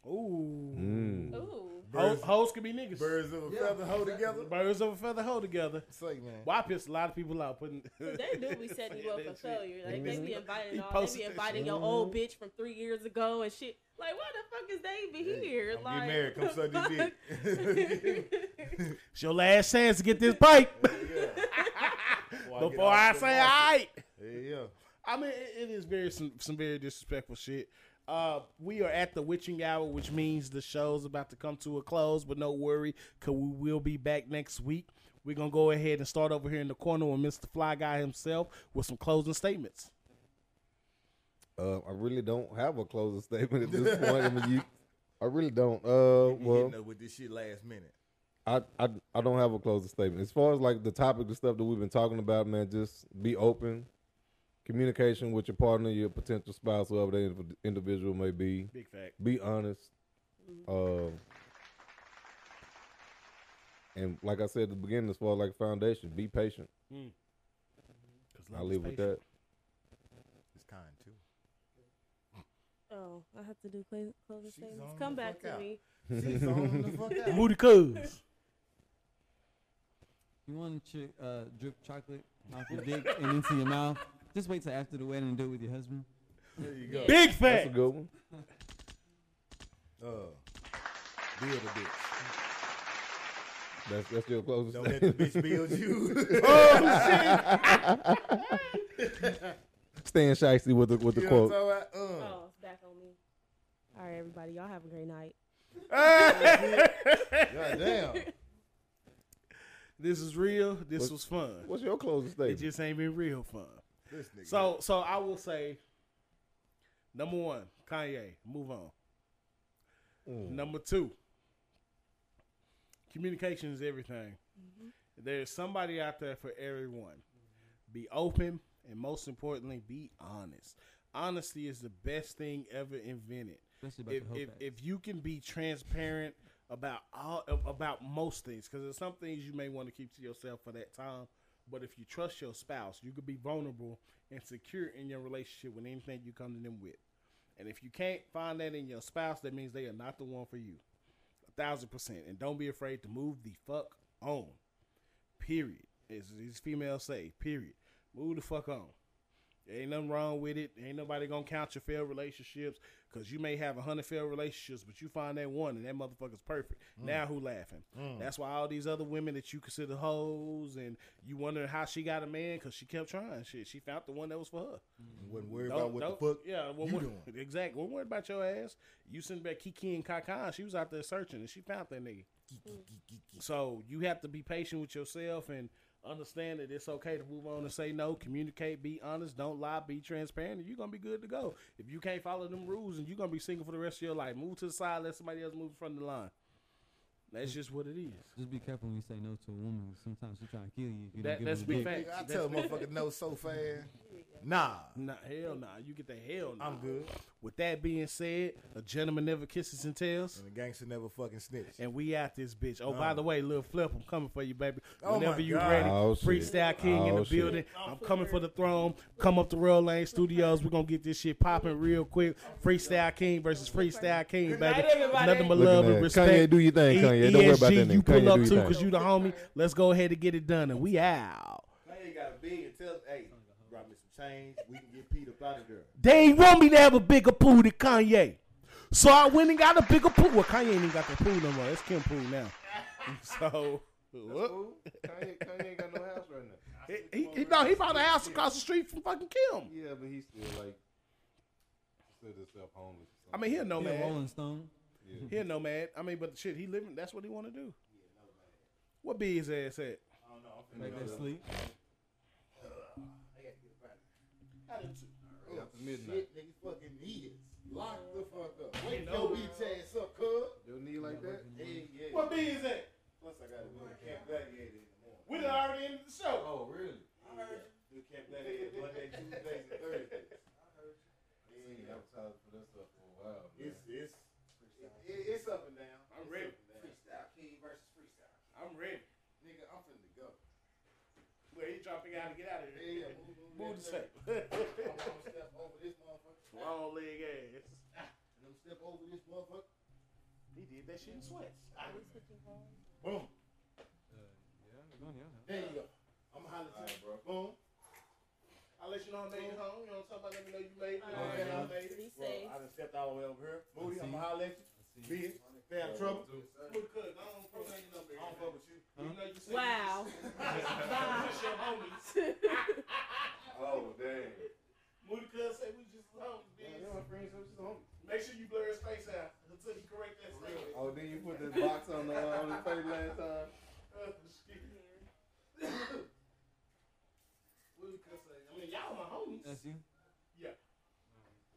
Speaker 4: Ooh.
Speaker 3: Mm.
Speaker 5: Ooh,
Speaker 4: Ho-
Speaker 2: Birds-
Speaker 4: hoes can be niggas. Birds.
Speaker 2: birds of a
Speaker 1: Yeah,
Speaker 2: feather hoe
Speaker 1: exactly.
Speaker 2: together.
Speaker 4: of a feather hoe together.
Speaker 2: It's like man.
Speaker 4: Well, I piss a lot of people out putting.
Speaker 5: [LAUGHS] they do be setting
Speaker 4: [LAUGHS]
Speaker 5: you
Speaker 4: saying
Speaker 5: up for
Speaker 4: that shit.
Speaker 5: failure. Like they be
Speaker 4: He
Speaker 5: inviting all, they
Speaker 4: posted
Speaker 5: be
Speaker 4: that
Speaker 5: inviting
Speaker 4: shit.
Speaker 2: Mm-hmm.
Speaker 5: your old bitch from three years ago and shit. Like why the fuck is they be here?
Speaker 2: I'm getting
Speaker 5: like
Speaker 2: married. Come [LAUGHS] suck this dick.
Speaker 4: It's your last chance to get this [LAUGHS] pipe
Speaker 2: Before get
Speaker 4: before
Speaker 2: off
Speaker 4: I
Speaker 2: the
Speaker 4: say,
Speaker 2: market.
Speaker 4: all right.
Speaker 2: Yeah.
Speaker 4: I mean, it, it is very some, some very disrespectful shit. Uh, we are at the witching hour, which means the show's about to come to a close. But no worry, cause we will be back next week. We're gonna go ahead and start over here in the corner with Mr. Fly Guy himself with some closing statements.
Speaker 3: Uh, I really don't have a closing statement at this point. I mean,
Speaker 2: [LAUGHS]
Speaker 3: you, I really don't. Uh,
Speaker 2: You
Speaker 3: well,
Speaker 2: hitting up with this shit last minute.
Speaker 3: I, I I don't have a closing statement. As far as like the topic, the stuff that we've been talking about, man, just be open. Communication with your partner, your potential spouse, whoever the indiv- individual may be.
Speaker 4: Big fact.
Speaker 3: Be honest. Uh, and like I said at the beginning, as far as like foundation, be patient.
Speaker 4: 'Cause
Speaker 3: I
Speaker 4: love is
Speaker 3: live with
Speaker 4: patient.
Speaker 3: that.
Speaker 2: It's kind too.
Speaker 5: [LAUGHS] Oh, I have to do cla- closing
Speaker 2: She's
Speaker 5: statements.
Speaker 2: on
Speaker 5: Come
Speaker 2: the
Speaker 5: back to
Speaker 2: fuck out.
Speaker 5: me.
Speaker 2: She's on the fuck out.
Speaker 4: Moody Coos.
Speaker 1: You want to uh, drip chocolate off your dick and into your mouth? Just wait till after the wedding and do it with your husband.
Speaker 2: There you go.
Speaker 4: Big
Speaker 3: That's a
Speaker 4: fact.
Speaker 3: good one.
Speaker 2: Uh, build a bitch.
Speaker 3: That's that's your closing
Speaker 2: Don't
Speaker 3: statement.
Speaker 2: let the bitch build you. [LAUGHS]
Speaker 3: [LAUGHS] Staying shicey with the with the
Speaker 2: You know
Speaker 3: quote.
Speaker 2: what I'm talking about? Uh.
Speaker 5: Oh, it's back on me. All right, everybody. Y'all have a great night.
Speaker 3: [LAUGHS]
Speaker 2: God damn.
Speaker 4: This is real. This
Speaker 3: What-
Speaker 4: was fun.
Speaker 3: What's your closing
Speaker 4: It
Speaker 3: statement?
Speaker 4: just ain't been real fun.
Speaker 2: This nigga.
Speaker 4: So, so I will say, number one, Kanye, move on.
Speaker 3: Mm.
Speaker 4: Number two, communication is everything. There's somebody out there for everyone. Be open, and most importantly, be honest. Honesty is the best thing ever invented.
Speaker 1: Especially about
Speaker 4: if,
Speaker 1: the whole
Speaker 4: if,
Speaker 1: pack.
Speaker 4: if you can be transparent about all ab- about most things because there's some things you may want to keep to yourself for that time but if you trust your spouse you could be vulnerable and secure in your relationship with anything you come to them with and if you can't find that in your spouse that means they are not the one for you a thousand percent and don't be afraid to move the fuck on period as these females say period move the fuck on there ain't nothing wrong with it. Ain't nobody gonna count your failed relationships because you may have a hundred failed relationships, but you find that one and that motherfucker's perfect.
Speaker 2: Mm.
Speaker 4: Now who laughing? That's why all these other women that you consider hoes and you wondering how she got a man because she kept trying shit. She found the one that was for her.
Speaker 2: Wouldn't worry about what the fuck
Speaker 4: yeah, well,
Speaker 2: you
Speaker 4: what-
Speaker 2: doing.
Speaker 4: [LAUGHS] Exactly. Don't worry about your ass. You sitting back Kiki and Kakan. She was out there searching and she found that nigga. So you have to be patient with yourself and understand that it's okay to move on and say no, communicate, be honest, don't lie, be transparent, and you're gonna be good to go. If you can't follow them rules and you're gonna be single for the rest of your life, move to the side, let somebody else move in front of the line. That's just what it is.
Speaker 1: Just be careful when you say no to a woman. Sometimes she trying to kill you. if you don't
Speaker 4: That-
Speaker 1: give
Speaker 4: that's
Speaker 1: her the
Speaker 4: big
Speaker 1: dick.
Speaker 4: fact.
Speaker 2: Nigga, I
Speaker 4: That's-
Speaker 2: tell a motherfucker no so fast. Nah.
Speaker 4: Nah, hell nah. You get the hell nah.
Speaker 2: I'm good.
Speaker 4: With that being said, a gentleman never kisses and tells.
Speaker 2: And the gangster never fucking snitch.
Speaker 4: And we out this bitch. Oh, by the way, Lil Flip, I'm coming for you, baby.
Speaker 2: Oh, my
Speaker 4: Whenever you
Speaker 2: God.
Speaker 4: ready,
Speaker 3: Oh, shit.
Speaker 4: freestyle king in the
Speaker 3: Oh, shit.
Speaker 4: building. I'm coming for the throne. Come up the Royal Lane Studios. We're gonna get this shit popping real quick. Freestyle king versus freestyle king, baby. Nothing but
Speaker 3: Looking
Speaker 4: love and
Speaker 3: at
Speaker 4: respect.
Speaker 3: Kanye, do your thing, Kanye. Don't worry about that
Speaker 4: ESG,
Speaker 3: nigga.
Speaker 4: you
Speaker 3: Kanye,
Speaker 4: pull
Speaker 3: do
Speaker 4: up
Speaker 3: your
Speaker 4: too,
Speaker 3: thing.
Speaker 4: cause you the homie. Let's go ahead and get it done, and we out.
Speaker 2: Now you got a big and tell hey, drop me some change. We can get Pete up out of there.
Speaker 4: They ain't want me to have a bigger pool than Kanye. So I went and got a bigger pool. Well, Kanye ain't even got that pool no more. That's Kim pool now. [LAUGHS] So, whoop.
Speaker 3: Kanye, Kanye ain't got no house right now.
Speaker 4: He, he, he- no, he bought a house across the street from fucking Kim.
Speaker 3: Yeah, but he's still like still himself homeless.
Speaker 4: I mean, he a
Speaker 1: Be a
Speaker 4: nomad.
Speaker 1: Rolling Stone.
Speaker 4: He a nomad. I mean, but shit, he living. That's what he want to do. What be his ass at?
Speaker 1: Make that sleep.
Speaker 2: Oh, Shit, nigga fucking ears. Lock the fuck up. Wait, no beat ass up, cuz.
Speaker 3: Your knee like that?
Speaker 2: Hey, yeah.
Speaker 4: What be his at?
Speaker 2: Plus, I gotta do a Camp Gladiator in the morning.
Speaker 4: We done already ended the show.
Speaker 3: Oh, really?
Speaker 2: Do Camp Gladiator Monday, Tuesdays, and Thursdays.
Speaker 3: Yeah, I was for this up for a while.
Speaker 2: It's, it's, it, it's up and down.
Speaker 4: I'm
Speaker 2: It's
Speaker 4: ready.
Speaker 2: up and down. Freestyle King versus Freestyle.
Speaker 4: I'm ready.
Speaker 2: Nigga, I'm finna go.
Speaker 4: Well, he dropping out to get out of
Speaker 2: Yeah, yeah.
Speaker 4: Move the
Speaker 2: step.
Speaker 4: tape.
Speaker 2: [LAUGHS] I'm gonna step over this motherfucker.
Speaker 4: [LAUGHS] Long leg ass.
Speaker 2: And I'm step over this motherfucker.
Speaker 4: He did that shit in sweats.
Speaker 2: Boom.
Speaker 1: Yeah,
Speaker 2: There you go. I'm hollering to you, bro. Boom.
Speaker 4: I let you know I made it home. You know what I'm talking about? Let me know you made it. You know
Speaker 5: All
Speaker 4: what I'm saying? I
Speaker 5: right.
Speaker 4: made it.
Speaker 5: Be
Speaker 2: Well,
Speaker 5: safe.
Speaker 2: I done stepped all the way over here. Moody, I'm
Speaker 1: I see you.
Speaker 2: gonna holler at you. Be it. Stay out of trouble.
Speaker 4: Who could? I don't proclaim your number.
Speaker 2: I don't fuck with you.
Speaker 4: Even though you said
Speaker 5: Wow. Bye.
Speaker 4: It's your homies.
Speaker 2: Oh, damn.
Speaker 4: Moody Cuz said we just homies, bitch. Make sure you blur his face out until he correct that statement.
Speaker 3: Oh, then you put this box on the, on the face last time.
Speaker 4: Uh, shit. Moody Cuz said, I mean, y'all my homies.
Speaker 1: That's you.